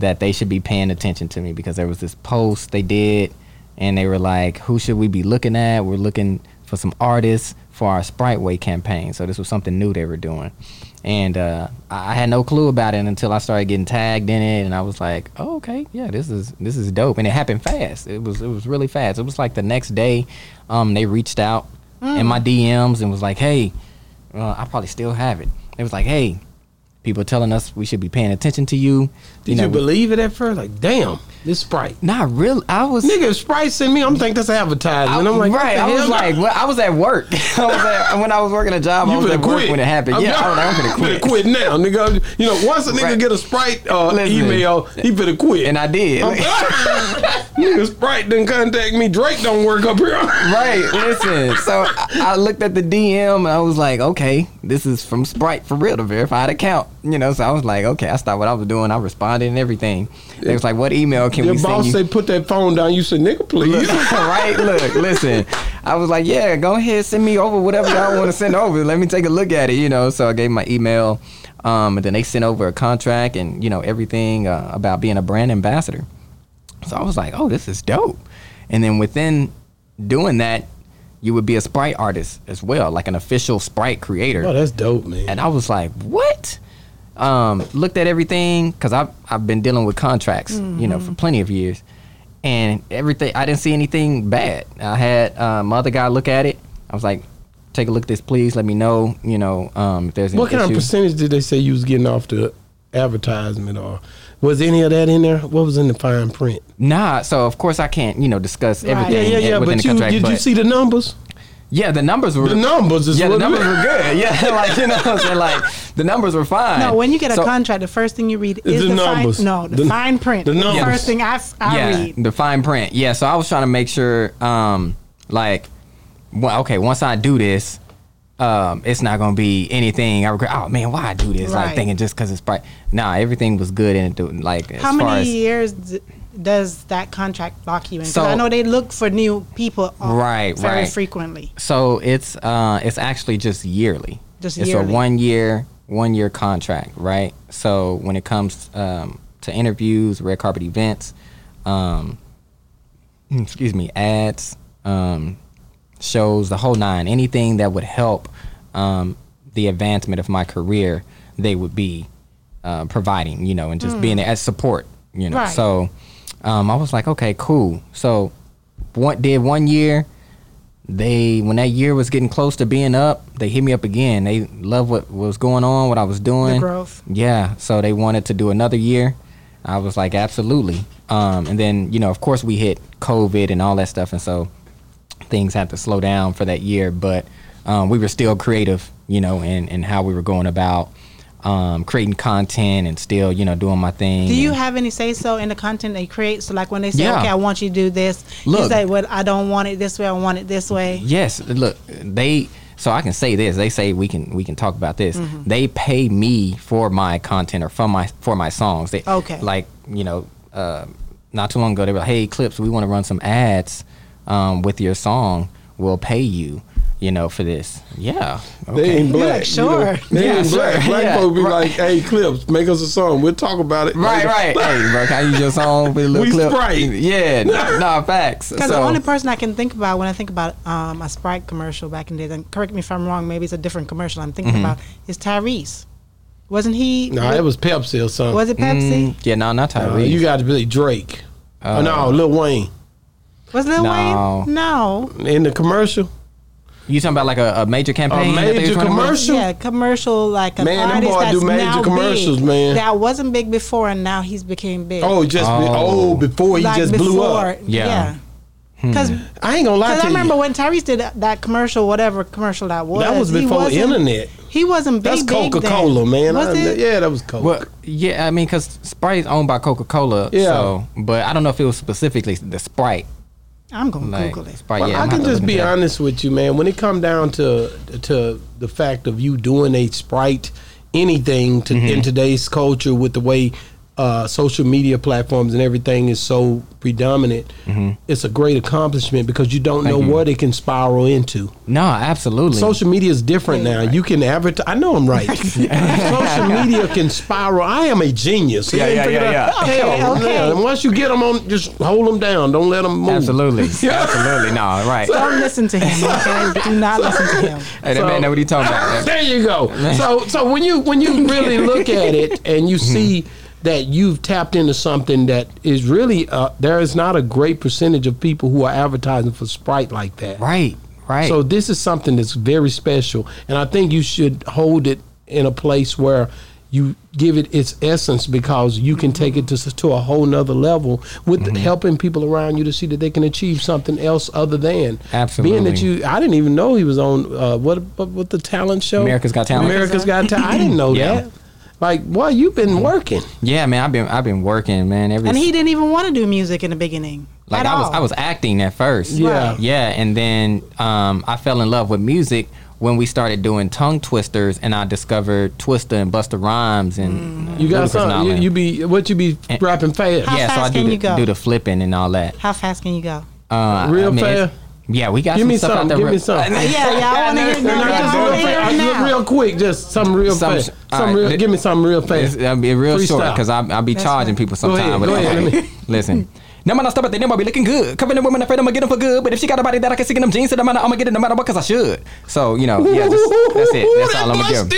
D: that they should be paying attention to me because there was this post they did and they were like, who should we be looking at? We're looking for some artists for our Sprite Way campaign. So this was something new they were doing. And uh, I I had no clue about it until I started getting tagged in it, and I was like, oh, "Okay, yeah, this is this is dope." And it happened fast. It was it was really fast. It was like the next day, um, they reached out in my DMs and was like, "Hey, uh, I probably still have it. It was like, hey, people telling us we should be paying attention to you.
B: Did you,
D: know,
B: believe it at first? Like, damn, this Sprite.
D: Not really. I was.
B: Nigga, if Sprite sent me, I'm thinking that's advertising.
D: I,
B: and I'm like,
D: right.
B: what
D: I
B: the
D: was
B: hell?
D: like, well, I was at work. I was at, when I was working a job,
B: You
D: I was
B: better
D: at work
B: quit.
D: when it happened.
B: I'm
D: yeah,
B: not-
D: I was like, I'm gonna
B: better
D: quit.
B: quit now, nigga. You know, once a nigga
D: Right.
B: get a Sprite uh,
D: Listen.
B: email, he better quit.
D: And I did.
B: nigga, Sprite didn't contact me. Drake don't work up here.
D: right. Listen. So I, I looked at the DM and I was like, okay, this is from Sprite for real, the verified account. You know. So I was like, okay, I stopped what I was doing. I responded and everything. They was like, what email can
B: Your
D: we send
B: boss
D: you?
B: say, put that phone down. You said, nigga, please.
D: right? Look, listen. I was like, yeah, go ahead, send me over whatever y'all want to send over. Let me take a look at it, you know. So I gave my email, um, and then they sent over a contract and you know everything uh, about being a brand ambassador. So I was like, oh, this is dope. And then within doing that, you would be a sprite artist as well, like an official sprite creator.
B: oh, that's dope, man.
D: And I was like, what? Um, looked at everything because I've, I've been dealing with contracts, you know,
C: Mm-hmm.
D: for plenty of years. And everything, I didn't see anything bad. I had uh, my other guy look at it. I was like, take a look at this, please. Let me know, you know, um, if there's any
B: What kind of
D: issue.
B: percentage did they say you was getting off the advertisement or was any of that in there? What was in the fine print?
D: Nah, so of course I can't, you know, discuss
C: Right.
D: everything
B: yeah, yeah, yeah.
D: within
B: But
D: the
B: you
D: contract.
B: did you
D: but-
B: see the numbers?
D: yeah, the numbers were
B: The numbers is
D: yeah, the
B: what
D: numbers were good. Yeah, like you know, what I'm saying? like the numbers were fine.
C: No, when you get a
D: So-
C: contract, the first thing you read is
B: the
C: the,
B: numbers.
C: fine. No, the,
B: The-
C: fine print.
B: the
C: The,
B: numbers.
C: first thing I, f- I
D: yeah,
C: read.
D: the fine print. Yeah, so I was trying to make sure, um, like, well, okay, once I do this, um, it's not gonna be anything. I regret. Oh man, why I do this? Like
C: Right.
D: thinking just because it's bright. Nah, everything was good and it do- like as
C: How
D: far
C: many
D: as
C: years d- does that contract lock you in? 'Cause
D: So-
C: I know they look for new people all-
D: Right,
C: very
D: right.
C: frequently.
D: so it's uh it's actually just yearly.
C: Just
D: it's
C: yearly.
D: a one year one year contract, right? So when it comes um, to interviews, red carpet events, um, excuse me, ads, um, shows, the whole nine, anything that would help um, the advancement of my career, they would be uh, providing, you know, and just being there as support, you know.
C: Hmm. Right.
D: So um, I was like, okay, cool. So one did one year. They when that year was getting close to being up, they hit me up again. They loved what, what was going on, what I was doing.
C: growth.
D: Yeah. So they wanted to do another year. I was like, absolutely. Um, and then you know, of course, we hit COVID and all that stuff, and so things had to slow down for that year, but um, we were still creative, you know, in, in how we were going about um, creating content and still, you know, doing my thing.
C: Do you
D: and-
C: have any say so in the content they create? So, like when they say,
D: Yeah.
C: "Okay, I want you to do this," you
D: Look.
C: say, "Well, I don't want it this way. I want it this way."
D: yes, look, they. So I can say this. They say we can we can talk about this.
C: Mm-hmm.
D: They pay me for my content or for my for my songs. They
C: Okay.
D: Like you know, uh, not too long ago they were like, hey, clips, we want to run some ads um, with your song. We'll pay you, you know, for this. Yeah.
B: They ain't black.
C: like, sure.
B: You know? They
D: Yeah,
B: ain't black.
D: sure.
B: Black
D: Yeah.
B: folk be
D: Right.
B: like, hey, clips, make us a song. We'll talk about it.
D: Right,
B: later."
D: right. hey, bro, can I use your song with a little
B: We
D: clip?
B: Sprite.
D: Yeah, no, nah, facts.
C: Because
D: So-
C: the only person I can think about when I think about um, a Sprite commercial back in the day, and correct me if I'm wrong, maybe it's a different commercial I'm thinking about, is Tyrese. Wasn't he?
B: Mm-hmm. No, it was Pepsi or something.
C: Was it Pepsi?
D: Mm, yeah, no, not
B: Uh,
D: Tyrese.
B: you got to be Drake. oh, no, Lil Wayne.
C: Was Lil
D: No.
C: Wayne? No.
B: In the commercial,
D: You talking about like a, a major campaign? that they
B: major
D: was running with?
B: commercial?
C: Yeah, commercial like an
B: Man, them
C: artist
B: boy
C: that's
B: do major
C: now
B: commercials,
C: big,
B: man.
C: That wasn't big before, and now he's became big.
B: oh, just be-
D: Oh.
B: oh, before he
C: like
B: just
C: before,
B: blew up. Hmm.
D: Yeah.
C: Yeah. Because
B: I ain't gonna lie to
C: I remember
B: you.
C: when Tyrese did that, that commercial, whatever commercial that was.
B: That was
C: he
B: before
C: wasn't-
B: internet.
C: He wasn't big.
B: That's
C: big
B: Coca
C: then.
B: Cola, man.
C: Was
B: I-
C: it?
B: Yeah, that was Coke.
D: Well, yeah, I mean, because Sprite's owned by Coca Cola.
B: Yeah.
D: So, but I don't know if it was specifically the Sprite.
C: I'm gonna
D: Like,
C: Google it.
D: Sprite,
B: Well,
D: Oh, yeah, I'm
B: I
D: gonna
B: can
D: have to
B: just
D: look
B: be
D: into that.
B: honest with you, man. When it come down to to the fact of you doing a sprite anything to,
D: Mm-hmm.
B: in today's culture with the way uh, social media platforms and everything is so predominant,
D: Mm-hmm.
B: it's a great accomplishment because you don't know what it can spiral into.
D: No, absolutely.
B: Social media is different now. You can advertise. I know I'm right. Social media can spiral. I am a genius.
D: Yeah,
B: You
D: yeah,
B: figured
D: yeah,
B: out-
C: yeah.
B: Hell,
C: Okay, okay.
B: man. And once you get them on, just hold them down. Don't let them move.
D: absolutely, absolutely. No, right.
C: Don't listen to him. Okay? Do not listen to him.
D: hey, that man know what he talking about. man. Mm-hmm.
B: There you go. So so when you when you really look at it and you see that you've tapped into something that is really uh, there is not a great percentage of people who are advertising for Sprite like that.
D: Right, right.
B: So this is something that's very special, and I think you should hold it in a place where you give it its essence because you can take it to s- to a whole nother level with
D: Mm-hmm.
B: helping people around you to see that they can achieve something else other than being that
D: Absolutely.
B: you. I didn't even know he was on uh, what, what what the talent show.
D: America's Got Talent.
B: America's Got Talent. I didn't know
D: Yeah.
B: that. Like, boy, you've been working.
D: yeah, man, I've been I've been working, man. Every
C: And he didn't even want to do music in the beginning.
D: like
C: at
D: I was
C: all.
D: I was acting at first.
B: Yeah. Right.
D: Yeah, and then um, I fell in love with music when we started doing tongue twisters and I discovered Twista and Busta Rhymes and uh,
B: You got
D: Ludacris and all
B: something. You,
D: that.
B: you be what you be
D: And-
B: rapping fast.
C: How
D: yeah, so I
C: fast
D: do
C: can
D: the,
C: you go?
D: do the flipping and all that.
C: How fast can you go?
D: Uh,
B: Real
D: it's-
B: fast?
D: Yeah, we got
B: Give
D: some
B: me
D: stuff out
B: something.
D: there.
B: Give
D: real-
B: me something.
C: Yeah, yeah. I want to hear it.
D: No,
B: No,
D: no,
B: just
C: I
D: no,
B: real
C: want to
D: no,
C: hear
B: fast.
C: it
B: Just
C: now.
B: real quick. Just some real
D: Some-
B: fast.
D: all
B: Some
D: right,
B: real.
D: th-
B: give me some real fast.
D: It's, I'll be real short
B: Freestyle.
D: because I'll be
C: That's
D: charging
C: fine.
D: people
B: Go ahead,
D: sometimes. with
B: go
D: it.
B: ahead, let me-
D: Listen. No man, I stop at the name, I be looking good. Covering the woman, afraid I'ma get them for good. But if she got a body that I can see in them jeans, then I'm gonna get it no matter what, cause I should. So, you know, yeah, just, that's it. That's all I'm gonna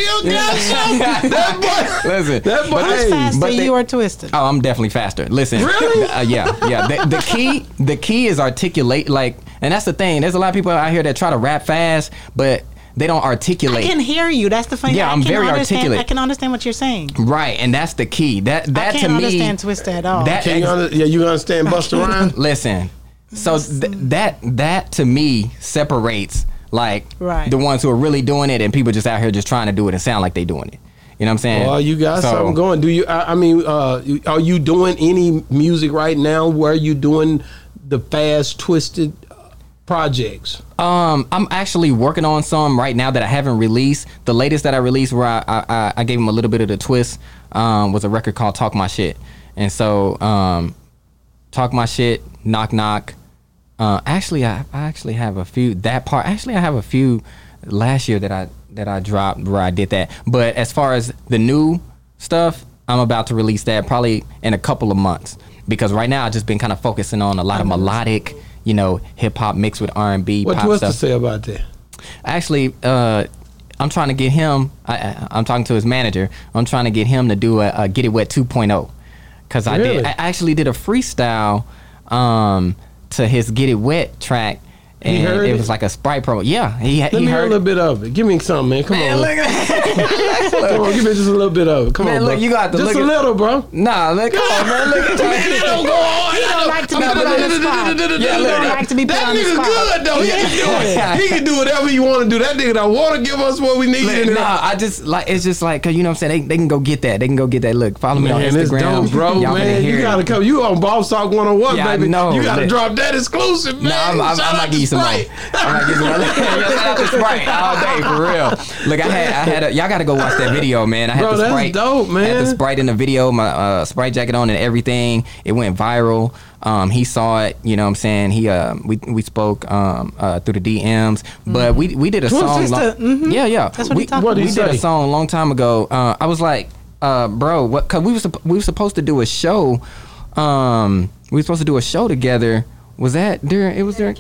D: give. 'em. Listen.
B: That boy-
D: but
B: Hey,
C: How fast
D: but
C: are
D: they-
C: you are twisted?
D: Oh, I'm definitely faster. Listen,
B: Really?
D: Uh, yeah, yeah. The, the key, the key is articulate. Like, and that's the thing. There's a lot of people out here that try to rap fast, but they don't
C: I
D: articulate.
C: can hear you. That's the funny.
D: Yeah,
C: I
D: I'm
C: can
D: very
C: understand-
D: articulate.
C: I can understand what you're saying.
D: Right, and that's the key. That that
C: I
D: to
C: can't
D: me.
C: understand Twista at all.
D: that-
B: Can you under, yeah, you understand Buster Rhymes?
D: listen. So th- that that to me separates like
C: Right.
D: the ones who are really doing it and people just out here just trying to do it and sound like they doing it. You know what I'm saying?
B: Well, you got
D: So,
B: something going. Do you? I, I mean, uh, you- are you doing any music right now? Where you doing the fast twisted uh, projects?
D: Um, I'm actually working on some right now that I haven't released. The latest that I released, where I I, I- I gave him a little bit of the twist, um, was a record called "Talk My Shit," and so um, "Talk My Shit," "Knock Knock." Uh, actually, I, I actually have a few that part. Actually, I have a few last year that I that I dropped where I did that. But as far as the new stuff, I'm about to release that probably in a couple of months because right now I've just been kind of focusing on a lot of melodic. You know, hip hop mixed with R and B.
B: What
D: pop
B: Twista
D: stuff
B: say about that?
D: actually uh I'm trying to get him. I, I, I'm talking to his manager. I'm trying to get him to do a, a Get It Wet 2.0 because I did.
B: Really?
D: I actually did a freestyle um, to his Get It Wet track, and
B: heard
D: it
B: it?
D: was like a Sprite promo. Yeah, he
B: Let
D: he
B: me hear a
D: heard.
B: little bit of it. Give me something, man. Come
D: Man,
B: on.
D: look at that.
B: Come on, give me just a little bit of it. Come
D: Man,
B: on, bro.
D: look, you got to
B: just
D: look
B: a
D: at-
B: little, bro.
D: Nah, look, come on, man, look at that.
B: don't go on. He
C: don't like to be put on the spot.
D: Yeah,
C: He don't like to be put
B: that
C: on the
B: nigga
C: spot.
B: good though. He
D: Yeah.
B: can do it. He can do whatever you want to do. That nigga don't want to give us what we need.
D: Look,
B: in
D: nah, I just like it's just like cause you know what I'm saying. They, they can go get that. They can go get that. Look, follow me on
B: Man, it's
D: Instagram,
B: dope, bro.
D: Y'all finna
B: man,
D: hear
B: you
D: it.
B: gotta come. You on Boss Talk 101,
D: Yeah, I
B: baby.
D: know,
B: you gotta
D: but-
B: drop that exclusive, man.
D: No, I'm, I'm,
B: Shout
D: I'm
B: out
D: not
B: to
D: giving you some more.
B: Sprite.
D: I'm not giving you some more. Shout out to Sprite all day for real. Look, I had I had a, y'all got to go watch that video, man. I had
B: Bro,
D: the
B: that's
D: Sprite,
B: dope,
D: I had
B: man.
D: the Sprite in the video, my uh, Sprite jacket on and everything. It went viral. Um, he saw it, you know what I'm saying? He uh, we we spoke um, uh, through the DMs,
B: Mm-hmm.
D: but we we did a
C: Twin
D: song.
C: sister, mhm.
D: Yeah, yeah.
C: That's what
D: we,
C: he talked
B: What'd he
D: we did a
B: say?
D: song a long time ago. Uh, I was like, uh, bro, what? Cause we was supp- we were supposed to do a show. Um, we were supposed to do a show together. Was that during? It was during.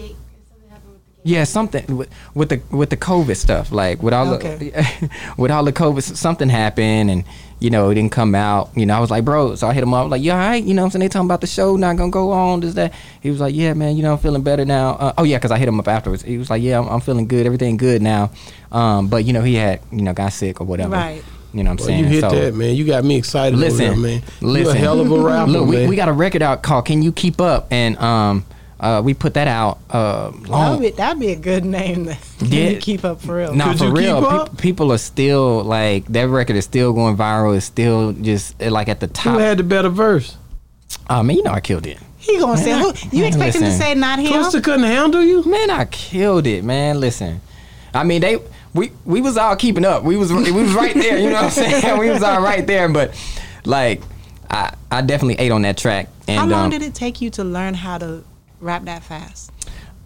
D: Yeah, something with, with the with the COVID stuff, like with all
C: Okay.
D: the with all the COVID, s- something happened, and you know it didn't come out. You know, I was like, bro, so I hit him up, I was like, you all right? You know, what I'm saying they talking about the show not gonna go on, this that. He was like, yeah, man, you know, I'm feeling better now. Uh, oh yeah, because I hit him up afterwards. He was like, yeah, I'm, I'm feeling good, everything good now. Um, but you know, he had you know got sick or whatever.
C: Right.
D: You know what I'm
B: Well,
D: saying?
B: you hit
D: So-
B: that, man. You got me excited. over
D: Listen,
B: there, man.
D: Listen,
B: you a hell of a rapper,
D: Look, we,
B: man.
D: we got a record out called "Can You Keep Up," and um, uh, we put that out uh,
C: That'd
D: long.
C: be, that'd be a good name to
D: Yeah.
C: to keep up for real.
D: Nah,
B: Could
D: for
B: you keep
D: real, pe-
B: up?
D: people are still like that record is still going viral. It's still just uh, like at the
B: Who
D: top.
B: had the better verse?
D: I mean, you know, I killed it.
C: He gonna say who? You
D: Man,
C: expect him to
D: listen.
C: say not him?
B: Twister couldn't handle you.
D: Man, I killed it, man. Listen, I mean they we we was all keeping up. We was we was right there. You know what I'm saying? We was all right there, but like I I definitely ate on that track. And,
C: How long
D: um,
C: did it take you to learn how to rap that fast?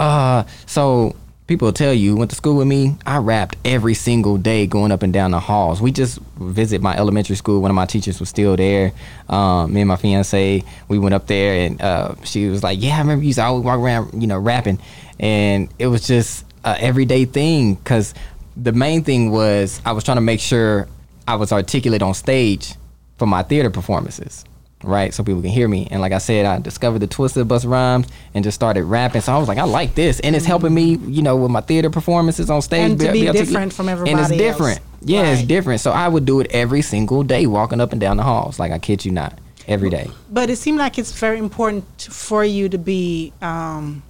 D: Uh, so people tell you went to school with me. I rapped every single day, going up and down the halls. We just visit my elementary school. One of my teachers was still there. Um, me and my fiance, we went up there, and uh, she was like, "Yeah, I remember you used to always walk around, you know, rapping," and it was just a everyday thing because the main thing was I was trying to make sure I was articulate on stage for my theater performances right? So people can hear me. And like I said, I discovered the Twisted Bus Rhymes and just started rapping. So I was like, I like this. And it's helping me, you know, with my theater performances on stage.
C: Mm-hmm. And to be
D: articulate.
C: different from
D: And it's
C: everybody
D: different.
C: else.
D: Yeah, it's
C: Right.
D: different. So I would do it every single day, walking up and down the halls. Like, I kid you not, every day.
C: But it seemed like it's very important to, for you to be um,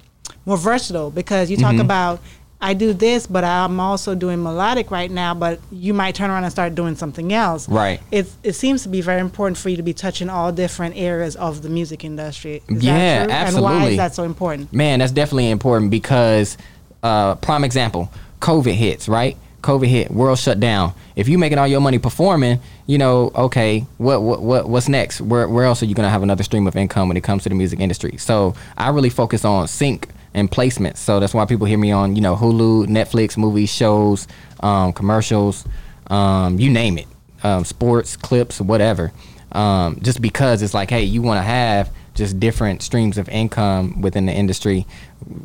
C: more versatile because you talk
D: Mm-hmm.
C: about I do this, but I'm also doing melodic right now. But you might turn around and start doing something else.
D: Right.
C: It it seems to be very important for you to be touching all different areas of the music industry. Is that
D: Yeah,
C: true? And why
D: absolutely.
C: is that so important?
D: Man, that's definitely important because, uh, prime example, COVID hits, right? COVID hit, world shut down. If you making all your money performing, you know, okay, what what, what what's next? Where where else are you gonna have another stream of income when it comes to the music industry? So I really focus on sync and placement. So that's why people hear me on you know Hulu, Netflix, movies, shows, um, commercials, um, you name it, um, sports clips, whatever um, just because it's like, hey, you want to have just different streams of income within the industry,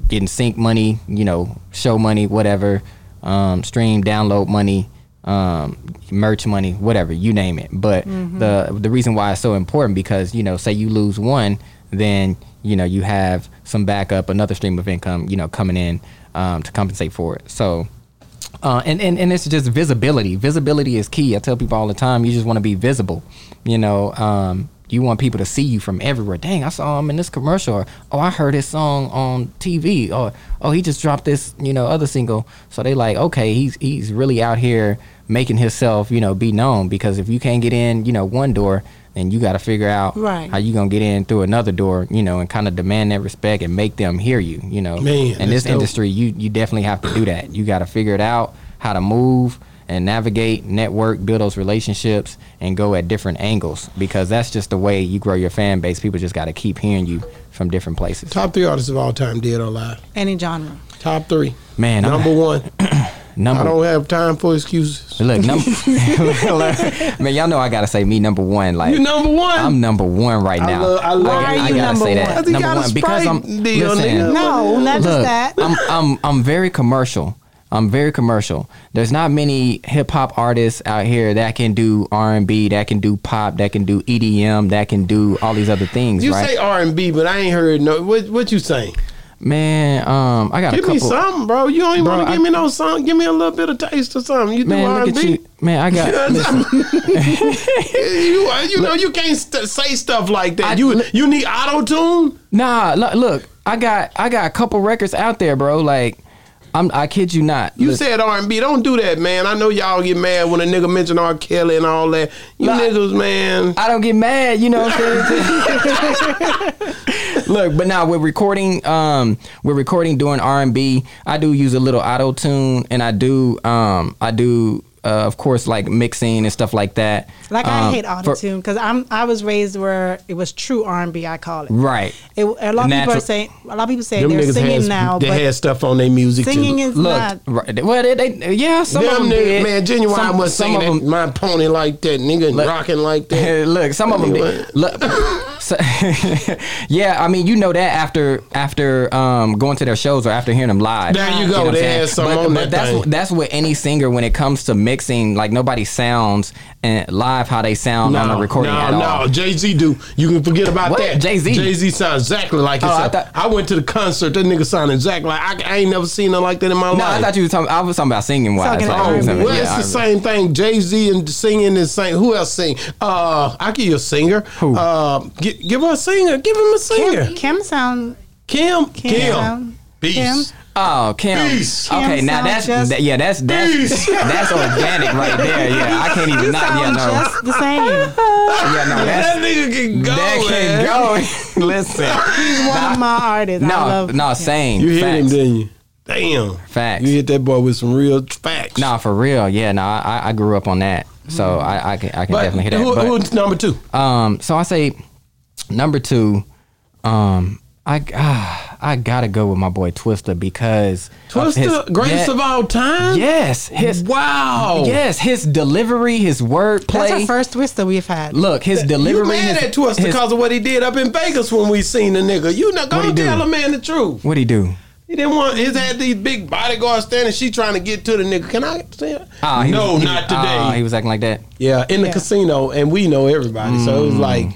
D: getting sync money, you know, show money, whatever, um, stream download money, um, merch money, whatever, you name it. But the the reason why it's so important because you know, say you lose one, then you know you have some backup, another stream of income, you know, coming in um, to compensate for it. So uh, and, and, and it's just visibility. Visibility is key. I tell people all the time, you just want to be visible. You know, um, you want people to see you from everywhere. Dang, I saw him in this commercial. Or, oh, I heard his song on TV. Or, oh, he just dropped this, you know, other single. So they like, okay, he's, he's really out here making himself, you know, be known. Because if you can't get in, you know, one door, then you got to figure out
C: Right.
D: how you going to get in through another door, you know, and kind of demand that respect and make them hear you, you know.
B: Man,
D: and
B: that's
D: this
B: dope.
D: industry industry, you you definitely have to do that. You got to figure it out how to move and navigate, network, build those relationships, and go at different angles because that's just the way you grow your fan base. People just got to keep hearing you from different places.
B: Top three artists of all time, dead or alive.
C: Any genre.
B: Top three.
D: Man, I'm-
B: number one. I
D: Number
B: don't have time for excuses.
D: look, number man, y'all know I gotta say me number one. Like
B: You number one.
D: I'm number one right now.
B: love- I love-
D: gotta-
C: Why are you number one?
B: Cause he got a Sprite deal, nigga.
C: No, not just
D: Look,
C: that.
D: I'm, I'm I'm very commercial. um, very commercial. There's not many hip hop artists out here that can do R and B, that can do pop, that can do EDM, that can do all these other things.
B: You
D: right?
B: say R and B, but I ain't heard no. What what you saying?
D: man, um, I got a
B: Give
D: couple.
B: me something, bro. You don't even
D: Bro,
B: want to
D: I-
B: give me no song. Give me a little bit of taste or something. You do
D: Man,
B: R
D: look
B: and
D: at
B: B.
D: you. Man, I got.
B: You, uh, you know you can't st- say stuff like that.
D: I-
B: you you need auto tune.
D: Nah, look, look, I got I got a couple records out there, bro. Like, I'm I kid you not.
B: You
D: Listen,
B: said R and B. Don't do that, man. I know y'all get mad when a nigga mention R Kelly and all that. You
D: Nah.
B: niggas, man.
D: I don't get mad, you know what I'm saying? Look, but now we're recording. Um, we're recording doing R and B. I do use a little auto tune, and I do. Um, I do. Uh, of course, like mixing and stuff like that.
C: Like I
D: Um,
C: hate
D: for-
C: autotune because I'm I was raised where it was true R and B. I call it
D: Right.
C: It, a lot of people
D: Natural.
C: are saying a lot of people say
B: Them
C: they're
B: niggas
C: singing
B: has,
C: now,
B: they
C: but
B: had stuff on their music
C: singing
B: too.
C: is
D: Look,
C: not.
D: right, well, they, they, yeah, some of
B: Them
D: them
B: niggas,
D: did.
B: man, genuine
D: Some-
B: was
D: some
B: singing
D: of 'em-
B: that my pony like that, nigga, and rocking like that.
D: Hey, look, some of them.
B: Anyway.
D: Did. Look, so- yeah, I mean, you know that after after um, going to their shows or after hearing them live.
B: There you
D: know
B: go,
D: what I'm
B: they
D: saying?
B: had some on that
D: that's
B: thing.
D: what- that's what any singer when it comes to mixing, like nobody sounds and live how they sound on a recording
B: no,
D: at
B: no.
D: all.
B: Jay Z do. You can forget about
D: What?
B: that.
D: Jay-Z? Oh,
B: Jay Z sounds exactly like himself.
D: I
B: I,
D: thought-
B: went to the concert. That nigga sounded exactly like I, I ain't never seen nothing like that in my
D: No,
B: life.
D: I thought you were talking. I was talking about singing wise.
C: Talking
D: like,
C: about
D: or
B: Oh,
D: something.
B: well,
D: Yeah,
B: it's
D: I-
B: the same thing. Jay Z and singing and saying who else sing? Uh, I give you a singer. Who? Uh, gi- give her a singer. Give him a singer.
C: Kim, Kim sound
B: Kim. Kim.
C: sound-
B: Beast.
C: Kim.
D: Oh, Kim.
B: Peace.
D: Okay,
C: Kim
D: now
C: sound
D: that's
C: just-
D: that, yeah, that's that's
B: Peace.
D: that's organic right there. Yeah, I can't even not. Yeah,
C: sound
D: no,
C: just the same.
D: yeah, no, that's
B: That nigga can go.
D: that
B: man.
D: can go. Listen.
C: He's one of my artists. I
D: No,
C: love
D: no,
C: him.
D: same.
B: You hit him,
D: Facts.
B: didn't you? Damn.
D: Facts.
B: You hit that boy with some real facts.
D: Nah, for real. Yeah, no, nah, I, I grew up on that, so I, I can I can
B: but
D: definitely hit that.
B: who,
D: but,
B: who's number two?
D: um, so I say number two, um, I ah, I gotta go with my boy Twista because of
B: Twista,
D: his-
B: greatest
D: yeah,
B: of all time.
D: Yes, his
B: Wow.
D: yes, his delivery, his wordplay.
C: That's our first twister we've had.
D: Look, his delivery.
B: You mad
D: his-
B: at Twista
D: his-
B: because of what he did up in Vegas when we seen the nigga. You not
D: What'd
B: gonna
D: he do?
B: tell a man the truth.
D: What'd he do?
B: He didn't want. He's had these big bodyguards standing. She trying to get to the nigga. Can I say? it?
D: Ah, he
B: no,
D: was- he-
B: not today.
D: ah, he was acting like that.
B: yeah, in the
C: Yeah.
B: casino, and we know everybody. So it
D: Mm.
B: was like,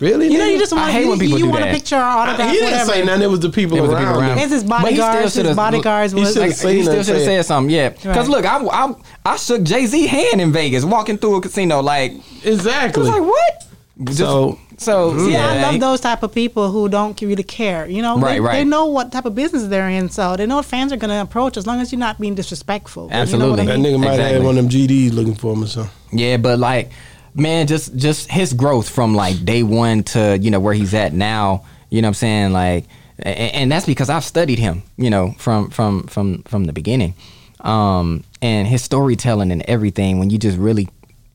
B: really?
C: You know, you just
D: I
C: want
D: hate
C: you,
D: when people
C: you
D: do
C: want a
D: that.
C: picture or autograph,
B: he didn't
C: whatever.
B: say nothing. It was the people
D: It was the
B: around.
D: people around
B: him.
D: him.
C: It's his
D: But he still
C: bodyguards.
D: should've-
C: His bodyguards
B: he
C: was
B: should've
D: Like,
B: seen
D: he still
B: and
D: should have
B: said-
D: said something, yeah. Because
C: Right.
D: look, I, I I shook Jay Z hand in Vegas walking through a casino. Like, I
B: Exactly.
D: was like, what? Just-
B: So-
D: so
C: Yeah, I love
D: he-
C: those type of people who don't really care. You know,
D: Right,
C: they,
D: right.
C: they know what type of business they're in, so they know what fans are going to approach as long as you're not being disrespectful. You
D: Absolutely.
C: know what I
B: that
C: mean?
B: nigga might have
D: Exactly.
B: had one of them GDs looking for him or something.
D: Yeah, but like, man, just just his growth from like day one to you know where he's at now. You know what I'm saying? Like, and, and that's because I've studied him. You know, from from from from the beginning, um, and his storytelling and everything. When you just really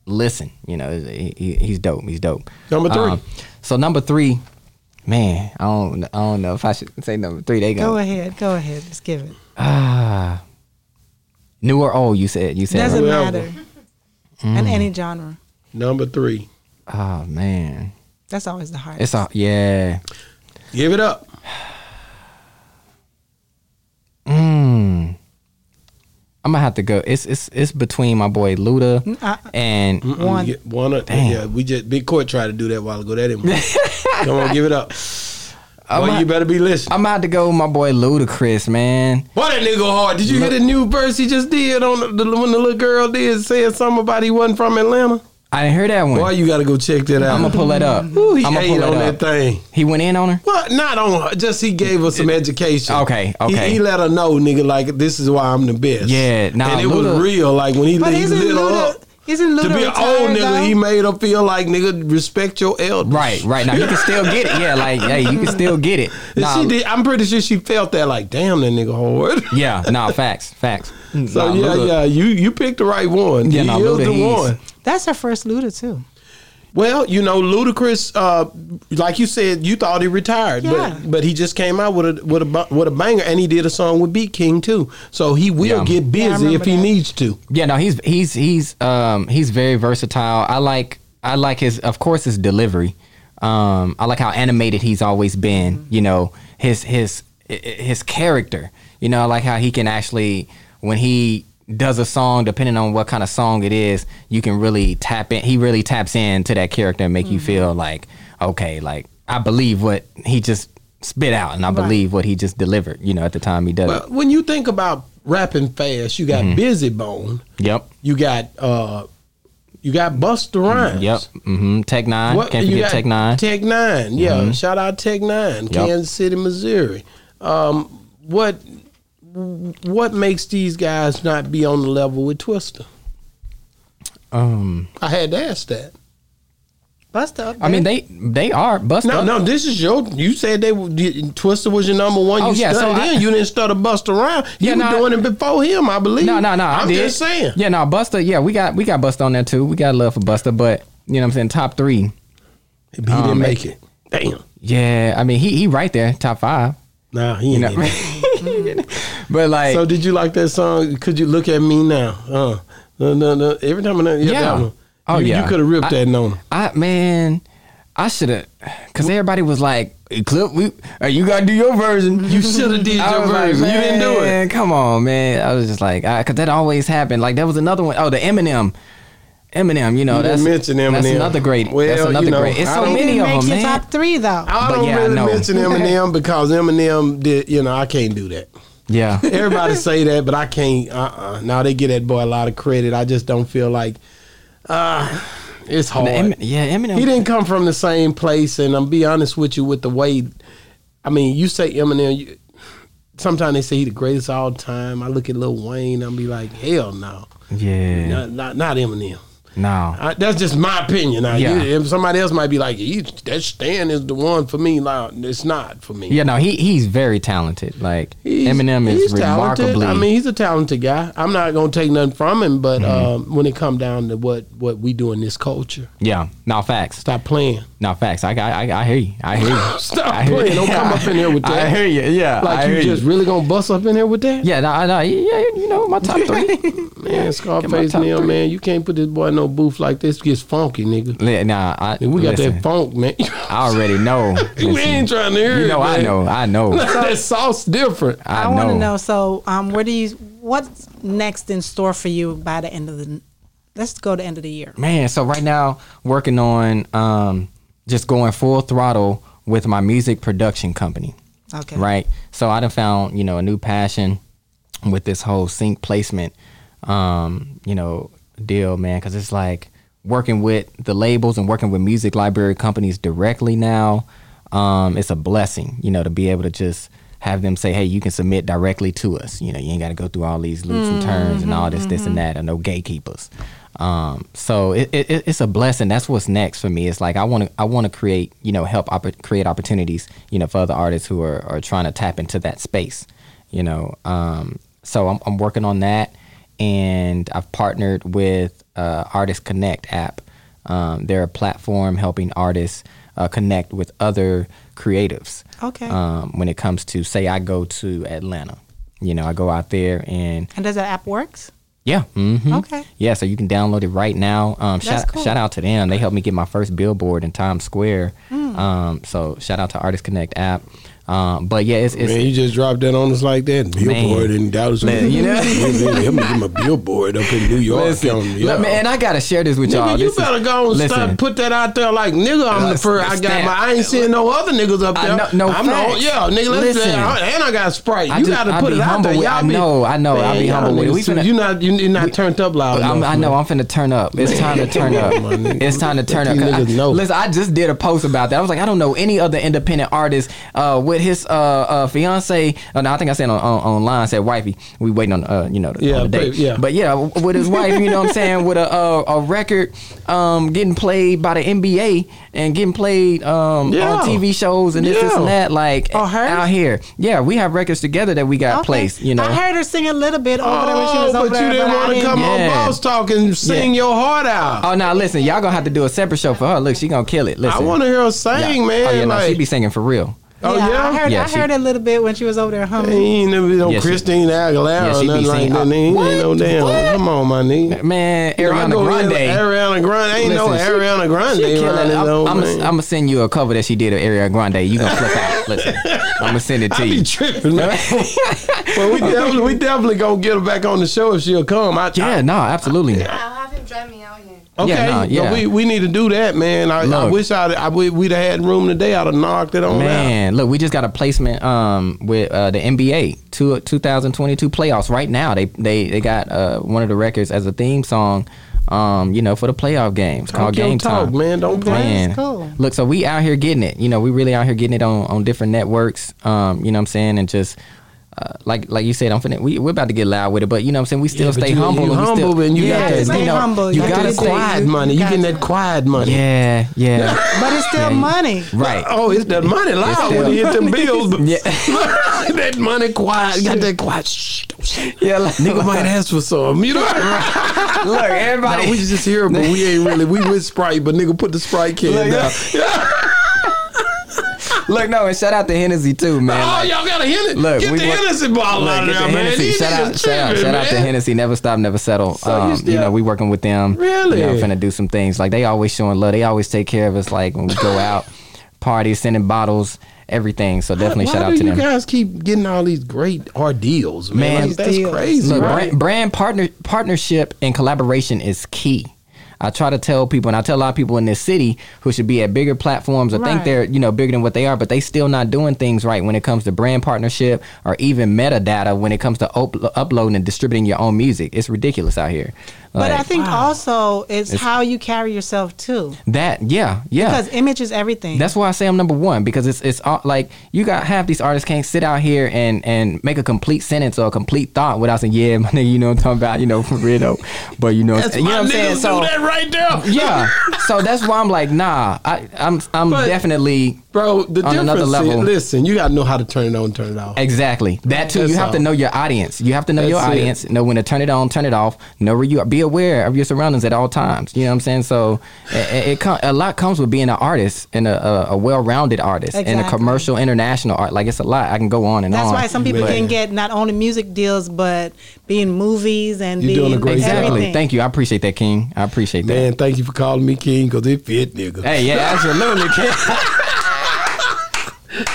D: listen, you know, he, he- he's dope. He's dope. Um,
B: Number three.
D: so number three, man, I don't I don't know if I should say number three. They
C: Go
D: go
C: ahead, go ahead, just give it.
D: new or old. You said you said.
C: Doesn't
D: right?
B: Whoever.
C: matter,
D: Mm.
C: in any genre.
B: Number three.
D: Oh man,
C: That's always the hardest.
D: it's all yeah.
B: Give it up.
D: Mm. I'm gonna have to go. It's it's it's between my boy Luda
C: uh,
D: and
C: One.
B: Get one. Or, Yeah, we just big court tried to do that a while ago. That didn't work. Come on, give it up. Boy,
D: I'm,
B: you better be listening.
D: I'm about to go with my boy Ludacris, man.
B: Boy, that nigga go hard. Did you hear the new verse he just did on the, the when the little girl did saying something about he wasn't from Atlanta?
D: I didn't hear that one.
B: Boy, you gotta go check that out.
D: I'm gonna pull that up. I'm
B: Ooh, he
D: gonna
B: ate
D: pull
B: on
D: that
B: that
D: up.
B: thing.
D: He went in on her.
B: What? Not on her. Just he gave her some education.
D: okay, okay.
B: He, he let her know, nigga, like this is why I'm the best.
D: Yeah, nah,
B: and it
D: Luda-
B: was real. Like when he,
C: but
B: he
C: isn't
B: lit her
C: Luda?
B: up.
C: Isn't Luda
B: To be an old
C: retired,
B: nigga,
C: though?
B: he made her feel like nigga respect your elders.
D: Right, right. Now you can still get it. Yeah, like hey, you can still get it.
B: And
D: Nah,
B: she did, I'm pretty sure she felt that like, damn, that nigga hard.
D: yeah, nah, facts, facts.
B: so
D: Nah,
B: yeah,
D: Luda-
B: yeah, you you picked the right one.
D: Yeah,
B: he
D: nah,
B: is
D: Luda,
B: the
D: he's-
B: one.
C: That's her first Luda too.
B: Well, you know, Ludacris, uh, like you said, you thought he retired,
C: Yeah.
B: but but he just came out with a with a bu- with a banger, and he did a song with Beat King too. So he will
D: Yeah.
B: get
C: Yeah, I
B: busy if
C: remember
B: he
C: that.
B: needs to.
D: Yeah, no, he's he's he's um he's very versatile. I like I like his of course his delivery. Um I like how animated he's always been, you know, his his i- i- his character. You know, I like how he can actually when he does a song, depending on what kind of song it is, you can really tap in. He really taps into that character and make you feel like, okay, like I believe what he just spit out, and I believe what he just delivered. You know, at the time he does
B: But when you think about rapping fast, you
D: Mm-hmm.
B: got Busy Bone,
D: it. Yep.
B: you got uh, you got Busta Rhymes.
D: Yep. Mm-hmm. Tech Nine. Can't
B: you
D: forget
B: got
D: Tech Nine. Mm-hmm.
B: Tech Nine, yeah. Shout out Tech Nine, Kansas City, Missouri. Um, what what makes these guys not be on the level with Twister?
D: um,
B: I had to ask that.
C: Bust up.
D: I mean, they they are bust
B: No,
D: up.
B: no, this is your. You said they were- you- Twister was your number one.
D: Oh,
B: you
D: yeah, so
B: studied
D: I-
B: him. You didn't stutter bust around. You
D: Yeah,
B: were
D: no,
B: doing it before him, I believe.
D: No, no, no. I
B: I'm
D: did.
B: just saying.
D: Yeah, no, Buster. Yeah, we got we got Buster on there too. We got love for Buster, but you know what I'm saying top three.
B: He
D: Um,
B: didn't make it. Damn.
D: Yeah, I mean he he right there top five.
B: Nah, he ain't.
D: You
B: in
D: know,
B: it.
D: but like
B: So did you like that song? Could you look at me now? Uh, no, no, no. Every time I yeah,
D: Yeah.
B: that one.
D: Oh,
B: you,
D: yeah.
B: You could have ripped
D: I-
B: that on.
D: I man, I should have, cause everybody was like, "Clip, we, uh, you gotta do your version."
B: You shoulda did
D: I
B: your
D: was
B: version. You didn't do it.
D: "Man, Come on, man. I was just like, I, cause that always happened. Like there was another one. Oh, the Eminem. Eminem, you know
B: You
D: that's
B: didn't mention
D: That's
B: Eminem.
D: another great. that's
B: Well,
D: another
B: you know,
D: great. It's
B: I
D: so
B: don't-
D: many
C: It
D: of
C: makes
D: them,
C: you
D: man.
C: top three though.
B: I
D: But
B: don't
D: yeah, I
B: really
D: know.
B: mention Eminem because Eminem did. You know, I can't do that.
D: yeah,
B: Everybody say that, but I can't. Uh, uh Now they get that boy a lot of credit. I just don't feel like. Uh, it's hard.
D: The Emin- yeah, Eminem.
B: he didn't come from the same place, and I'm be honest with you with the way. I mean, you say Eminem. You, sometimes they say he the greatest all time. I look at Lil Wayne. I'm be like, hell no,
D: Yeah,
B: not not, not Eminem.
D: no.
B: I, that's just my opinion. Now,
D: Yeah.
B: you, if somebody else might be like, he, that Stan is the one for me. Like, it's not for me.
D: Yeah, no, he he's very talented. Like
B: He's-
D: Eminem is
B: he's talented.
D: remarkably.
B: I mean, he's a talented guy. I'm not gonna take nothing from him, but
D: Mm-hmm.
B: um, when it come down to what what we do in this culture,
D: yeah, no facts,
B: stop playing.
D: no facts. I I I, I hear you. I hear you.
B: Stop
D: I hear
B: playing.
D: you.
B: Don't come up in here with that.
D: I hear you. Yeah,
B: Like
D: I
B: you
D: hear
B: just really gonna bust up in here with that?
D: yeah, no, no, yeah, you know my top three.
B: Man,
D: Get my
B: Scarface
D: top
B: Neil,
D: three.
B: man, you can't put this boy in no booth like this. Gets funky, nigga.
D: Li- nah, I,
B: And we got
D: listen,
B: that funk, man.
D: I already know.
B: we ain't
D: Listen,
B: trying to hear
D: you
B: it,
D: know, I
B: man.
D: know, I know,
B: that sauce different.
D: I,
C: I want
D: know.
C: to know. So, um, where do you? What's next in store for you by the end of the? Let's go to end of the year.
D: man so right now working on um just going full throttle with my music production company
C: Okay.
D: right so i done found you know a new passion with this whole sync placement um you know deal man because it's like working with the labels and working with music library companies directly now um it's a blessing you know to be able to just have them say hey you can submit directly to us you know you ain't got to go through all these loops and turns and all this this and that and no gatekeepers um, so it, it, it- it's a blessing. That's what's next for me. It's like I want to I want to create you know help oppor- create opportunities you know for other artists who are, are trying to tap into that space. You know, um, so I'm, I'm working on that, and I've partnered with uh, Artist Connect app. Um, they're a platform helping artists uh, connect with other creatives
C: Okay.
B: Uh,
D: um, when it comes to say I go to Atlanta. You know, I go out there and
C: And does that app works?
D: yeah.
B: hmm.
D: mhm.
C: Okay.
D: Yeah, so you can download it right now. Um, shout,
C: cool.
D: shout out to them. They helped me get my first billboard in Times Square.
C: Mm.
D: Um, so shout out to Artist Connect app. Um, but yeah, it's,
B: Man,
D: it's
B: you just dropped that on us like that. Billboard in Dallas.
D: Man, you know?
B: Let me get my billboard up in New York. on,
D: listen,
B: yeah.
D: look, man, I gotta share this with y'all.
B: Nigga, you
D: This is-
B: better go and
D: listen.
B: stop put that out there like nigga. I'm the
D: Listen,
B: first. I got
D: stand-
B: my. I ain't seeing no other niggas up
D: I
B: there.
D: know- no
B: I'm
D: facts.
B: yeah, nigga. Let's
D: Listen.
B: say, and I got Sprite.
D: I
B: you
D: do-
B: got to
D: I
B: put
D: be
B: it out
D: humble
B: there.
D: with-
B: Y'all
D: I
B: be-
D: know, I know, I
B: Man,
D: be
B: y'all
D: humble with it.
B: niggas
D: We
B: too-
D: finna-
B: you not you you not turned up loud.
D: I'm,
B: enough,
D: I know
B: man.
D: I'm finna turn up. It's time to turn up.
B: My nigga.
D: It's time to turn up.
B: These
D: 'Cause I-
B: niggas know.
D: Listen, I just did a post about that. I was like, I don't know any other independent artist uh, with his uh, uh, fiance. Uh, no, I think I said on, on online said wifey. We waiting on uh, you know the,
B: Yeah,
D: on the date.
B: babe, yeah.
D: But yeah, w- with his wife, you know what I'm saying, with a uh, a, a record um, getting played by the NBA and getting played um,
B: Yeah.
D: on TV shows and this, this and
B: Yeah.
D: that. Like
C: Oh, hers?
D: out here, yeah, we have records together that we got
C: Okay.
D: placed. You know,
C: I heard her sing a little bit over there when she
B: Oh,
C: was over
B: but
C: there.
B: you didn't
C: but I
B: want to
C: didn't-
B: come on
D: Yeah.
B: Boss Talk and sing your heart out.
D: Oh now listen, y'all gonna have to do a separate show for her. Look, she gonna kill it. Listen,
B: I want to hear her sing,
D: Yeah.
B: man.
D: Oh yeah, no,
B: like,
D: she be singing for real.
B: Oh, yeah?
C: I heard
D: Yeah,
C: I
D: she-
C: heard a little bit when she was over there
B: They
C: humming.
B: ain't never been on
D: Yeah, she-
B: Christine Aguilera
D: Yeah, she
B: or
D: be
B: nothing like
D: singing.
B: that. They ain't no damn.
D: What?
B: Come on, my nigga.
D: Man,
B: You know, I
D: Ariana
B: go
D: Grande.
B: Ariana Grande. Ain't no
D: Listen, she-
B: Ariana Grande
D: She killing
B: running
D: it.
B: though,
D: I'm,
B: man.
D: gonna send you a cover that she did of Ariana Grande. You gonna flip out? Listen, I'm gonna send it to
B: I
D: you.
B: be tripping, man. well, we definitely, we definitely gonna get her back on the show if she'll come. I,
D: yeah, no, absolutely.
A: I'll have him drive me out here.
B: I, okay,
D: Yeah, no, yeah.
B: we, we need to do that, man. I, I
D: Look.
B: wish I'd, I would- we'd have had room today. I'd have knocked it on out.
D: Man, look, we just got a placement um with uh, the NBA two, 2022 playoffs right now. They they they got uh, one of the records as a theme song, um you know for the playoff games called
B: Talk your
D: Game
B: talk,
D: Time.
B: man. Don't play.
D: Man,
C: That's cool.
D: look, so we out here getting it. You know, we really out here getting it on on different networks. Um, you know what I'm saying, and just. Uh, like like you said, I'm finna, we we're about to get loud with it, but you know what I'm saying. We still
B: Yeah, but
D: stay
B: you-
D: humble.
B: you
D: and we
B: humble
D: still,
B: and you
D: yeah,
B: got
C: that-
D: you
C: Stay
D: know,
C: humble,
D: You
C: you
D: got
C: gotta
D: to
B: that
C: stay-
D: quiet.
B: quiet money. You
C: gotta
B: getting that
C: stay-
B: quiet money?
D: Yeah, yeah,
C: But it's still
D: Yeah.
C: money.
D: right.
B: Oh, it's that money loud
D: that-
B: when you hit them bills.
D: Yeah.
B: that money quiet. You got that quiet. Shh, don't say that.
D: Yeah, like-
B: Nigga might ask for some. You know
D: Look, everybody.
B: Nah, we just here, but we ain't really. We with Sprite, but nigga put the Sprite can
D: Look,
B: down.
D: Look, no, and shout out to Hennessy too, man.
B: oh,
D: Like,
B: y'all got a Hennessy.
D: look,
B: get
D: we
B: the
D: want-
B: Hennessy bottle
D: look,
B: out of
D: get
B: there,
D: the
B: man.
D: Hennessy.
B: These
D: Shout out,
B: niggas
D: shout out,
B: tripping,
D: shout out to
B: man.
D: Hennessy. Never stop, never settle.
B: you
D: um, you
B: still-
D: know, we working with them.
B: Really?
D: you know, finna do some things. Like they always showing love. They always take care of us. Like when we go out, parties, sending bottles, everything. So definitely
B: Why
D: shout
B: do
D: out to
B: you
D: them.
B: guys keep getting all these great ordeals, man?
D: Man,
B: Like, that's
C: deals.
B: crazy.
D: Look,
B: right?
D: brand, brand partner partnership and collaboration is key. I try to tell people, and I tell a lot of people in this city who should be at bigger platforms or think
C: Right.
D: they're you know bigger than what they are, but they still not doing things right when it comes to brand partnership or even metadata when it comes to op- uploading and distributing your own music. It's ridiculous out here.
C: But I
D: Like,
C: think also it's, how you carry yourself too,
D: that, yeah, yeah.
C: because image is everything.
D: That's why I say I'm number one because it's it's all, like you got half these artists can't sit out here and and make a complete sentence or a complete thought without saying yeah my nigga you know what I'm talking about you know for real though but you know
B: That's
D: you know
B: my
D: what I'm
B: niggas
D: saying
B: do
D: so
B: that right there.
D: yeah so that's why I'm like nah I I'm I'm
B: But-
D: definitely
B: Bro, the
D: On
B: difference
D: another
B: is,
D: level.
B: listen, you got to know how to turn it on and turn it off.
D: Exactly. That too.
B: That's
D: you have to
B: all.
D: know your audience. You have to know your
B: That's it.
D: audience. Know when to turn it on, turn it off. Know where you are. Be aware of your surroundings at all times. You know what I'm saying? So it, it com- a lot comes with being an artist and a, a, a well-rounded artist and a
C: Exactly.
D: commercial international art. Like it's a lot. I can go on and
C: That's
D: on.
C: why some people
B: Oh, Man.
C: can get not only music deals, but being movies and
B: You're
C: being
B: doing a great job.
D: exactly.
C: everything.
D: Thank you. I appreciate that, King. I appreciate that.
B: Man, thank you for calling me king because it fit, nigga.
D: Hey, yeah, absolutely, King.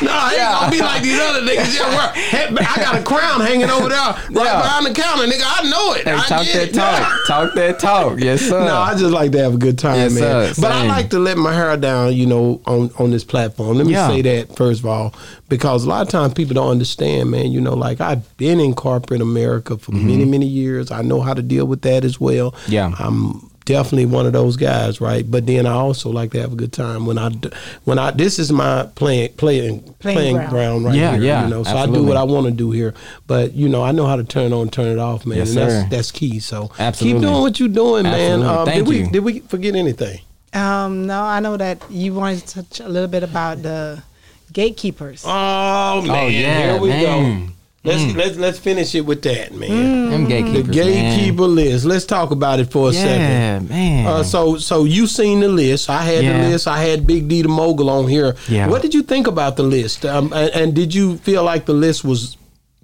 B: No, I ain't gonna be like these other niggas. Yeah, where, heck, I got a crown hanging over there right
D: Yeah.
B: behind the counter, nigga. I know it.
D: Hey,
B: I
D: talk
B: get
D: that
B: it.
D: talk. talk that talk. Yes, sir.
B: No, I just like to have a good time,
D: Yes,
B: man.
D: sir.
B: But I
D: Same.
B: like to let my hair down, you know, on on this platform. Let me
D: Yeah.
B: say that first of all, because a lot of times people don't understand, man. You know, like I've been in corporate America for many, many years. I know how to deal with that as well.
D: Mm-hmm. Yeah.
B: I'm definitely one of those guys, right? But then I also like to have a good time when I d- when I this is my playing playing
C: Playing
B: playing
C: ground.
B: ground, right
D: Yeah,
B: here.
D: yeah,
B: you know, so I do
D: absolutely.
B: what I want to do here. But you know, I know how to turn on, turn it off, man.
D: Yes,
B: and
D: sir.
B: that's that's key. So
D: Absolutely.
B: keep doing what you're doing, man.
D: Absolutely.
B: Um,
D: Thank
B: did we
D: you.
B: did we forget anything?
C: Um, no, I know that you wanted to touch a little bit about the gatekeepers.
B: Oh man,
D: yeah,
B: here we
D: man. Mm.
B: go. Let's let's let's finish it with that, man.
D: Them
B: The
D: gatekeepers.
B: gatekeeper list. Let's talk about it for a
D: Man.
B: second.
D: Mm. Yeah, man.
B: Uh, so so you seen the list? I had
D: Yeah.
B: the list. I had Big D the mogul on here.
D: Yeah.
B: What did you think about the list? Um, and, and did you feel like the list was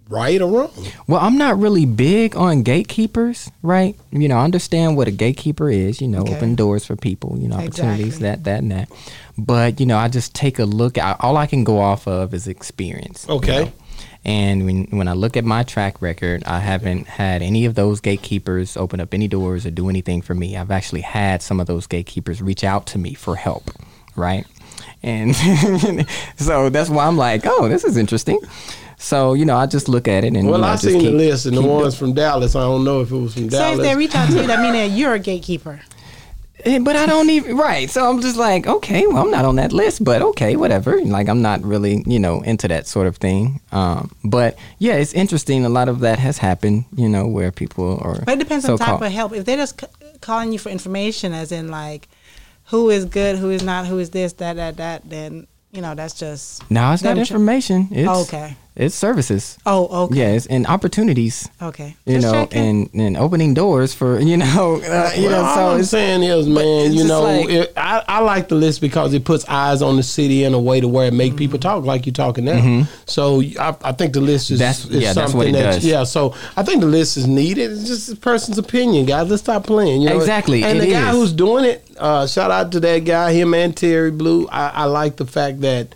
B: right or wrong?
D: Well, I'm not really big on gatekeepers, right? You know, I understand what a gatekeeper is, you know,
C: Okay.
D: open doors for people, you know, opportunities,
C: Exactly.
D: that, that, and that. But, you know, I just take a look. I, all I can go off of is experience. you
B: Okay.
D: know? And when, when I look at my track record, I haven't had any of those gatekeepers open up any doors or do anything for me. I've actually had some of those gatekeepers reach out to me for help, right? And so that's why I'm like, oh, this is interesting. So, you know, I just look at it and
B: Well,
D: you know,
B: I
D: just
B: seen
D: keep-
B: the list, and the
D: keep
B: ones from Dallas. I don't know if it was from
C: So if
B: Dallas.
C: they reach out to you, that means that you're a gatekeeper.
D: Eh, but I don't even right. So I'm just like, okay, well, I'm not on that list, but okay, whatever. Like I'm not really, you know, into that sort of thing. Um, but yeah, it's interesting. A lot of that has happened, you know, where people are.
C: But it depends on the type
D: so-called-
C: of help. If they're just c- calling you for information, as in like, who is good, who is not, who is this, that, that, that, then you know that's just
D: No, it's not
C: them tr-
D: information. It's,
C: Oh, Okay.
D: It's services.
C: Oh, okay.
D: Yes, and opportunities.
C: Okay.
D: You
C: Just
D: know,
C: checking.
D: and, and opening doors for you know, uh, you
B: Well, all
D: know.
B: I'm
D: So it's,
B: saying is, man,
D: it's
B: you
D: just
B: know,
D: like-
B: it, I, I like the list because it puts eyes on the city in a way to where it make people talk like you're talking now.
D: Mm-hmm.
B: So I, I think the list is,
D: That's-
B: is
D: yeah, that's
B: something
D: what it
B: that
D: does.
B: yeah. So I think the list is needed. It's just a person's opinion, guys. Let's stop playing. You know
D: Exactly,
B: And
D: it
B: the guy
D: is.
B: who's doing it, uh, shout out to that guy, him and Terry Blue. I, I like the fact that.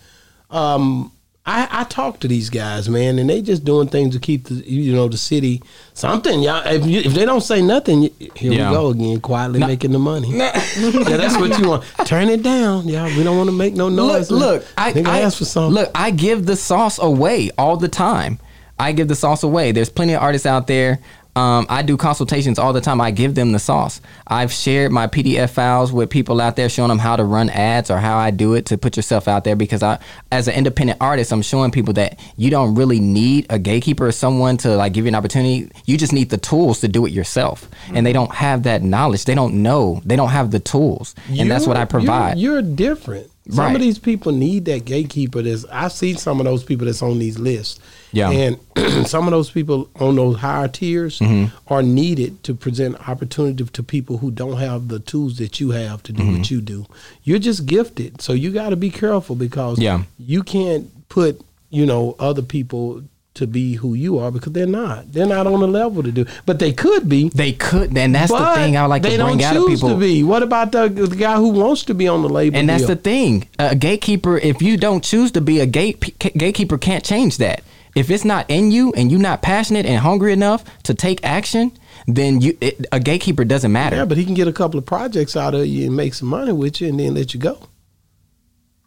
B: Um, I, I talk to these guys, man, and they just doing things to keep the you know the city something. Y'all, if, you, if they don't say nothing, y- here
D: Yeah.
B: we go again, quietly making the money. yeah, that's what you want. Turn it down, y'all. We don't want to make no
D: look,
B: noise.
D: look. I,
B: They gonna
D: I
B: ask for something.
D: Look, I give the sauce away all the time. I give the sauce away. There's plenty of artists out there. Um, I do consultations all the time. I give them the sauce. I've shared my PDF files with people out there, showing them how to run ads or how I do it to put yourself out there. Because I, as an independent artist, I'm showing people that you don't really need a gatekeeper or someone to like give you an opportunity. You just need the tools to do it yourself, and
B: Mm.
D: they don't have that knowledge. They don't know. They don't have the tools, and that's what I
B: You're-
D: provide.
B: You're, you're different. Some
D: Right.
B: of these people need that gatekeeper. That's I've seen some of those people that's on these lists.
D: Yeah.
B: and some of those people on those higher tiers
D: Mm-hmm.
B: are needed to present opportunity to people who don't have the tools that you have to do
D: Mm-hmm.
B: what you do. You're just gifted, so you got to be careful because
D: Yeah.
B: you can't put you know other people to be who you are because they're not. They're not on the level to do, but they could be.
D: They could, and that's the thing I would like to
B: they
D: bring
B: don't
D: out of
B: choose
D: people.
B: to be. What about the, the guy who wants to be on the label?
D: and that's
B: deal?
D: the thing. A gatekeeper, if you don't choose to be a gate ca- gatekeeper, can't change that. If it's not in you and you're not passionate and hungry enough to take action, then you it, a gatekeeper doesn't matter.
B: yeah, but he can get a couple of projects out of you and make some money with you, and then let you go.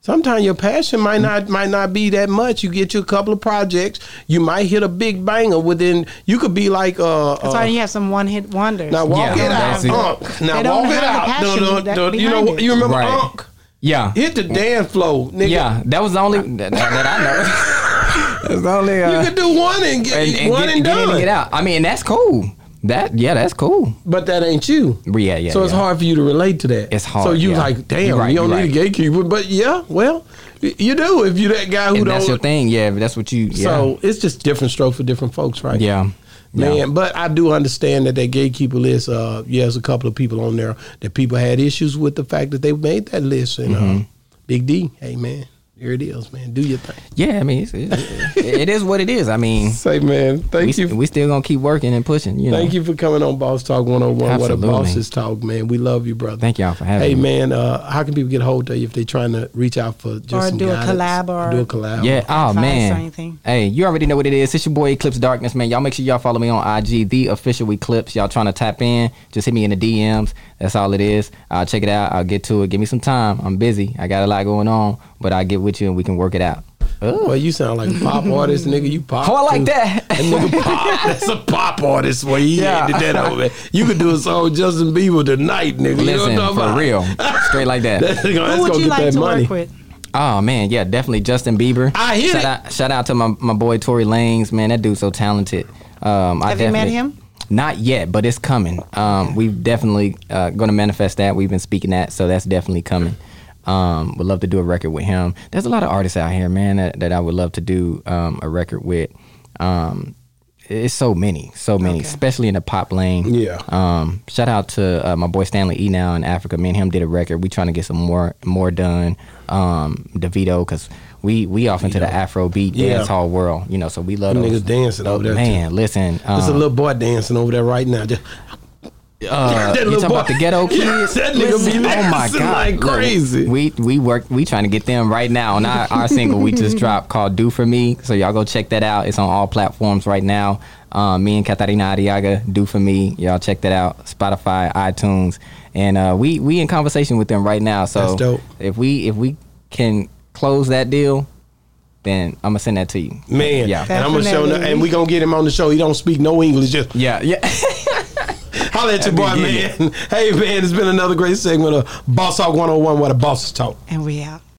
B: Sometimes your passion might not might not be that much. You get you a couple of projects, you might hit a big banger within. You could be like uh,
C: That's
B: uh,
C: why you have some one hit wonders.
B: now walk
D: Yeah, that's
B: it
D: it.
B: out, Unk. Now
C: They don't
B: walk it
C: have the
B: out.
C: passion
B: Duh, duh,
C: that-
B: duh. you know
C: behind
B: what?
C: it.
B: You remember
D: Right.
B: Unk?
D: yeah,
B: Hit the dance floor, nigga.
D: yeah. That was the only that, that I know. That's the only.
B: You
D: Uh,
B: could do one and get
D: and, and
B: one
D: get,
B: and
D: get
B: done.
D: in and get out. I mean, that's cool. That yeah, that's cool.
B: But that ain't you.
D: Yeah, yeah,
B: So it's
D: yeah.
B: hard for you to relate to that.
D: It's hard,
B: So you
D: yeah.
B: like, damn,
D: You're right,
B: you don't
D: you're
B: need a gatekeeper. But yeah, well, y- you do if you that guy who
D: And
B: don't.
D: that's your thing. Yeah, if that's what you. Yeah.
B: So it's just different strokes for different folks, right?
D: Yeah.
B: Man,
D: Yeah.
B: but I do understand that that gatekeeper list. Uh, yeah, there's a couple of people on there that people had issues with the fact that they made that list. And
D: Mm-hmm.
B: uh, Big D, hey man, here it is, man. Do your thing.
D: yeah, I mean, it's, it's, it is what it is. I mean,
B: Say, man,
D: we,
B: thank you.
D: we still gonna keep working and pushing. You know.
B: Thank you for coming on Boss Talk 101.
D: Absolutely.
B: What a boss's talk, man. We love you, brother.
D: Thank y'all for having
B: hey,
D: me.
B: man, uh, how can people get a hold of you if they're trying to reach out for just
C: Or
B: some
C: do a
B: guidance?
C: collab or-
B: do a collab?
D: Yeah. Oh
C: advice or
D: man.
C: anything.
D: Hey, you already know what it is. It's your boy Eclipse Darkness, man. Y'all make sure y'all follow me on IG, the official Eclipse. Y'all trying to tap in? Just hit me in the DMs. That's all it is. I'll check it out. I'll get to it. Give me some time. I'm busy. I got a lot going on, but I'll get with you and we can work it out. Oh,
B: Well, you sound like a pop artist, nigga. You pop.
D: I like
B: too.
D: that.
B: That nigga pop. That's a pop artist where he
D: Yeah.
B: handed that over. You could do a song Justin Bieber tonight, nigga. you know
D: Listen,
B: what I'm talking
D: for
B: about?
D: real, straight like that.
B: That's, gonna- that's
C: Who would
B: gonna
C: you
B: get
C: like
B: that
C: to
B: money.
C: work with?
D: Oh man, yeah, definitely Justin Bieber.
B: I hit
D: shout
B: it.
D: Out, shout out to my, my boy Tory Lanez, man. That dude's so talented. Um, I
C: Have you met
D: definitely-
C: him?
D: Not yet, but it's coming. Um, we've definitely uh, going to manifest that. We've been speaking that, so that's definitely coming. Um, would love to do a record with him. There's a lot of artists out here, man, that, that I would love to do um, a record with. Um, it's so many, so many, especially in the pop lane.
B: Yeah.
D: Um, shout out to uh, my boy Stanley E now in Africa. Me and him did a record. We trying to get some more more done. Um, Davido, because we we off into the Afro beat
B: Yeah.
D: dance hall world, you know. So we love
B: Them
D: those
B: niggas dancing over there, too.
D: Man, listen,
B: There's a
D: um,
B: little boy dancing over there right now. Just,
D: uh,
B: That
D: you
B: little
D: talking about
B: boy-
D: the ghetto kids?
B: That nigga be
D: oh my
B: dancing
D: god,
B: like
D: Look,
B: crazy.
D: we we work. We trying to get them right now on our, our single we just dropped called "Do for Me." So y'all go check that out. It's on all platforms right now. Um, me and Katarina Ariaga, "Do for Me." Y'all check that out. Spotify, iTunes, and uh, we we in conversation with them right now. So
B: That's dope.
D: if we if we can close that deal, then I'm gonna send that to you,
B: man,
D: Yeah.
B: and I'm gonna show,
C: Definitely.
B: and we gonna get him on the show. He don't speak no English. Just
D: Yeah, yeah.
B: Holla at your boy,
D: That'd
B: man. Hey, man, it's been another great segment of Boss Talk 101 where the bosses talk.
C: And we out.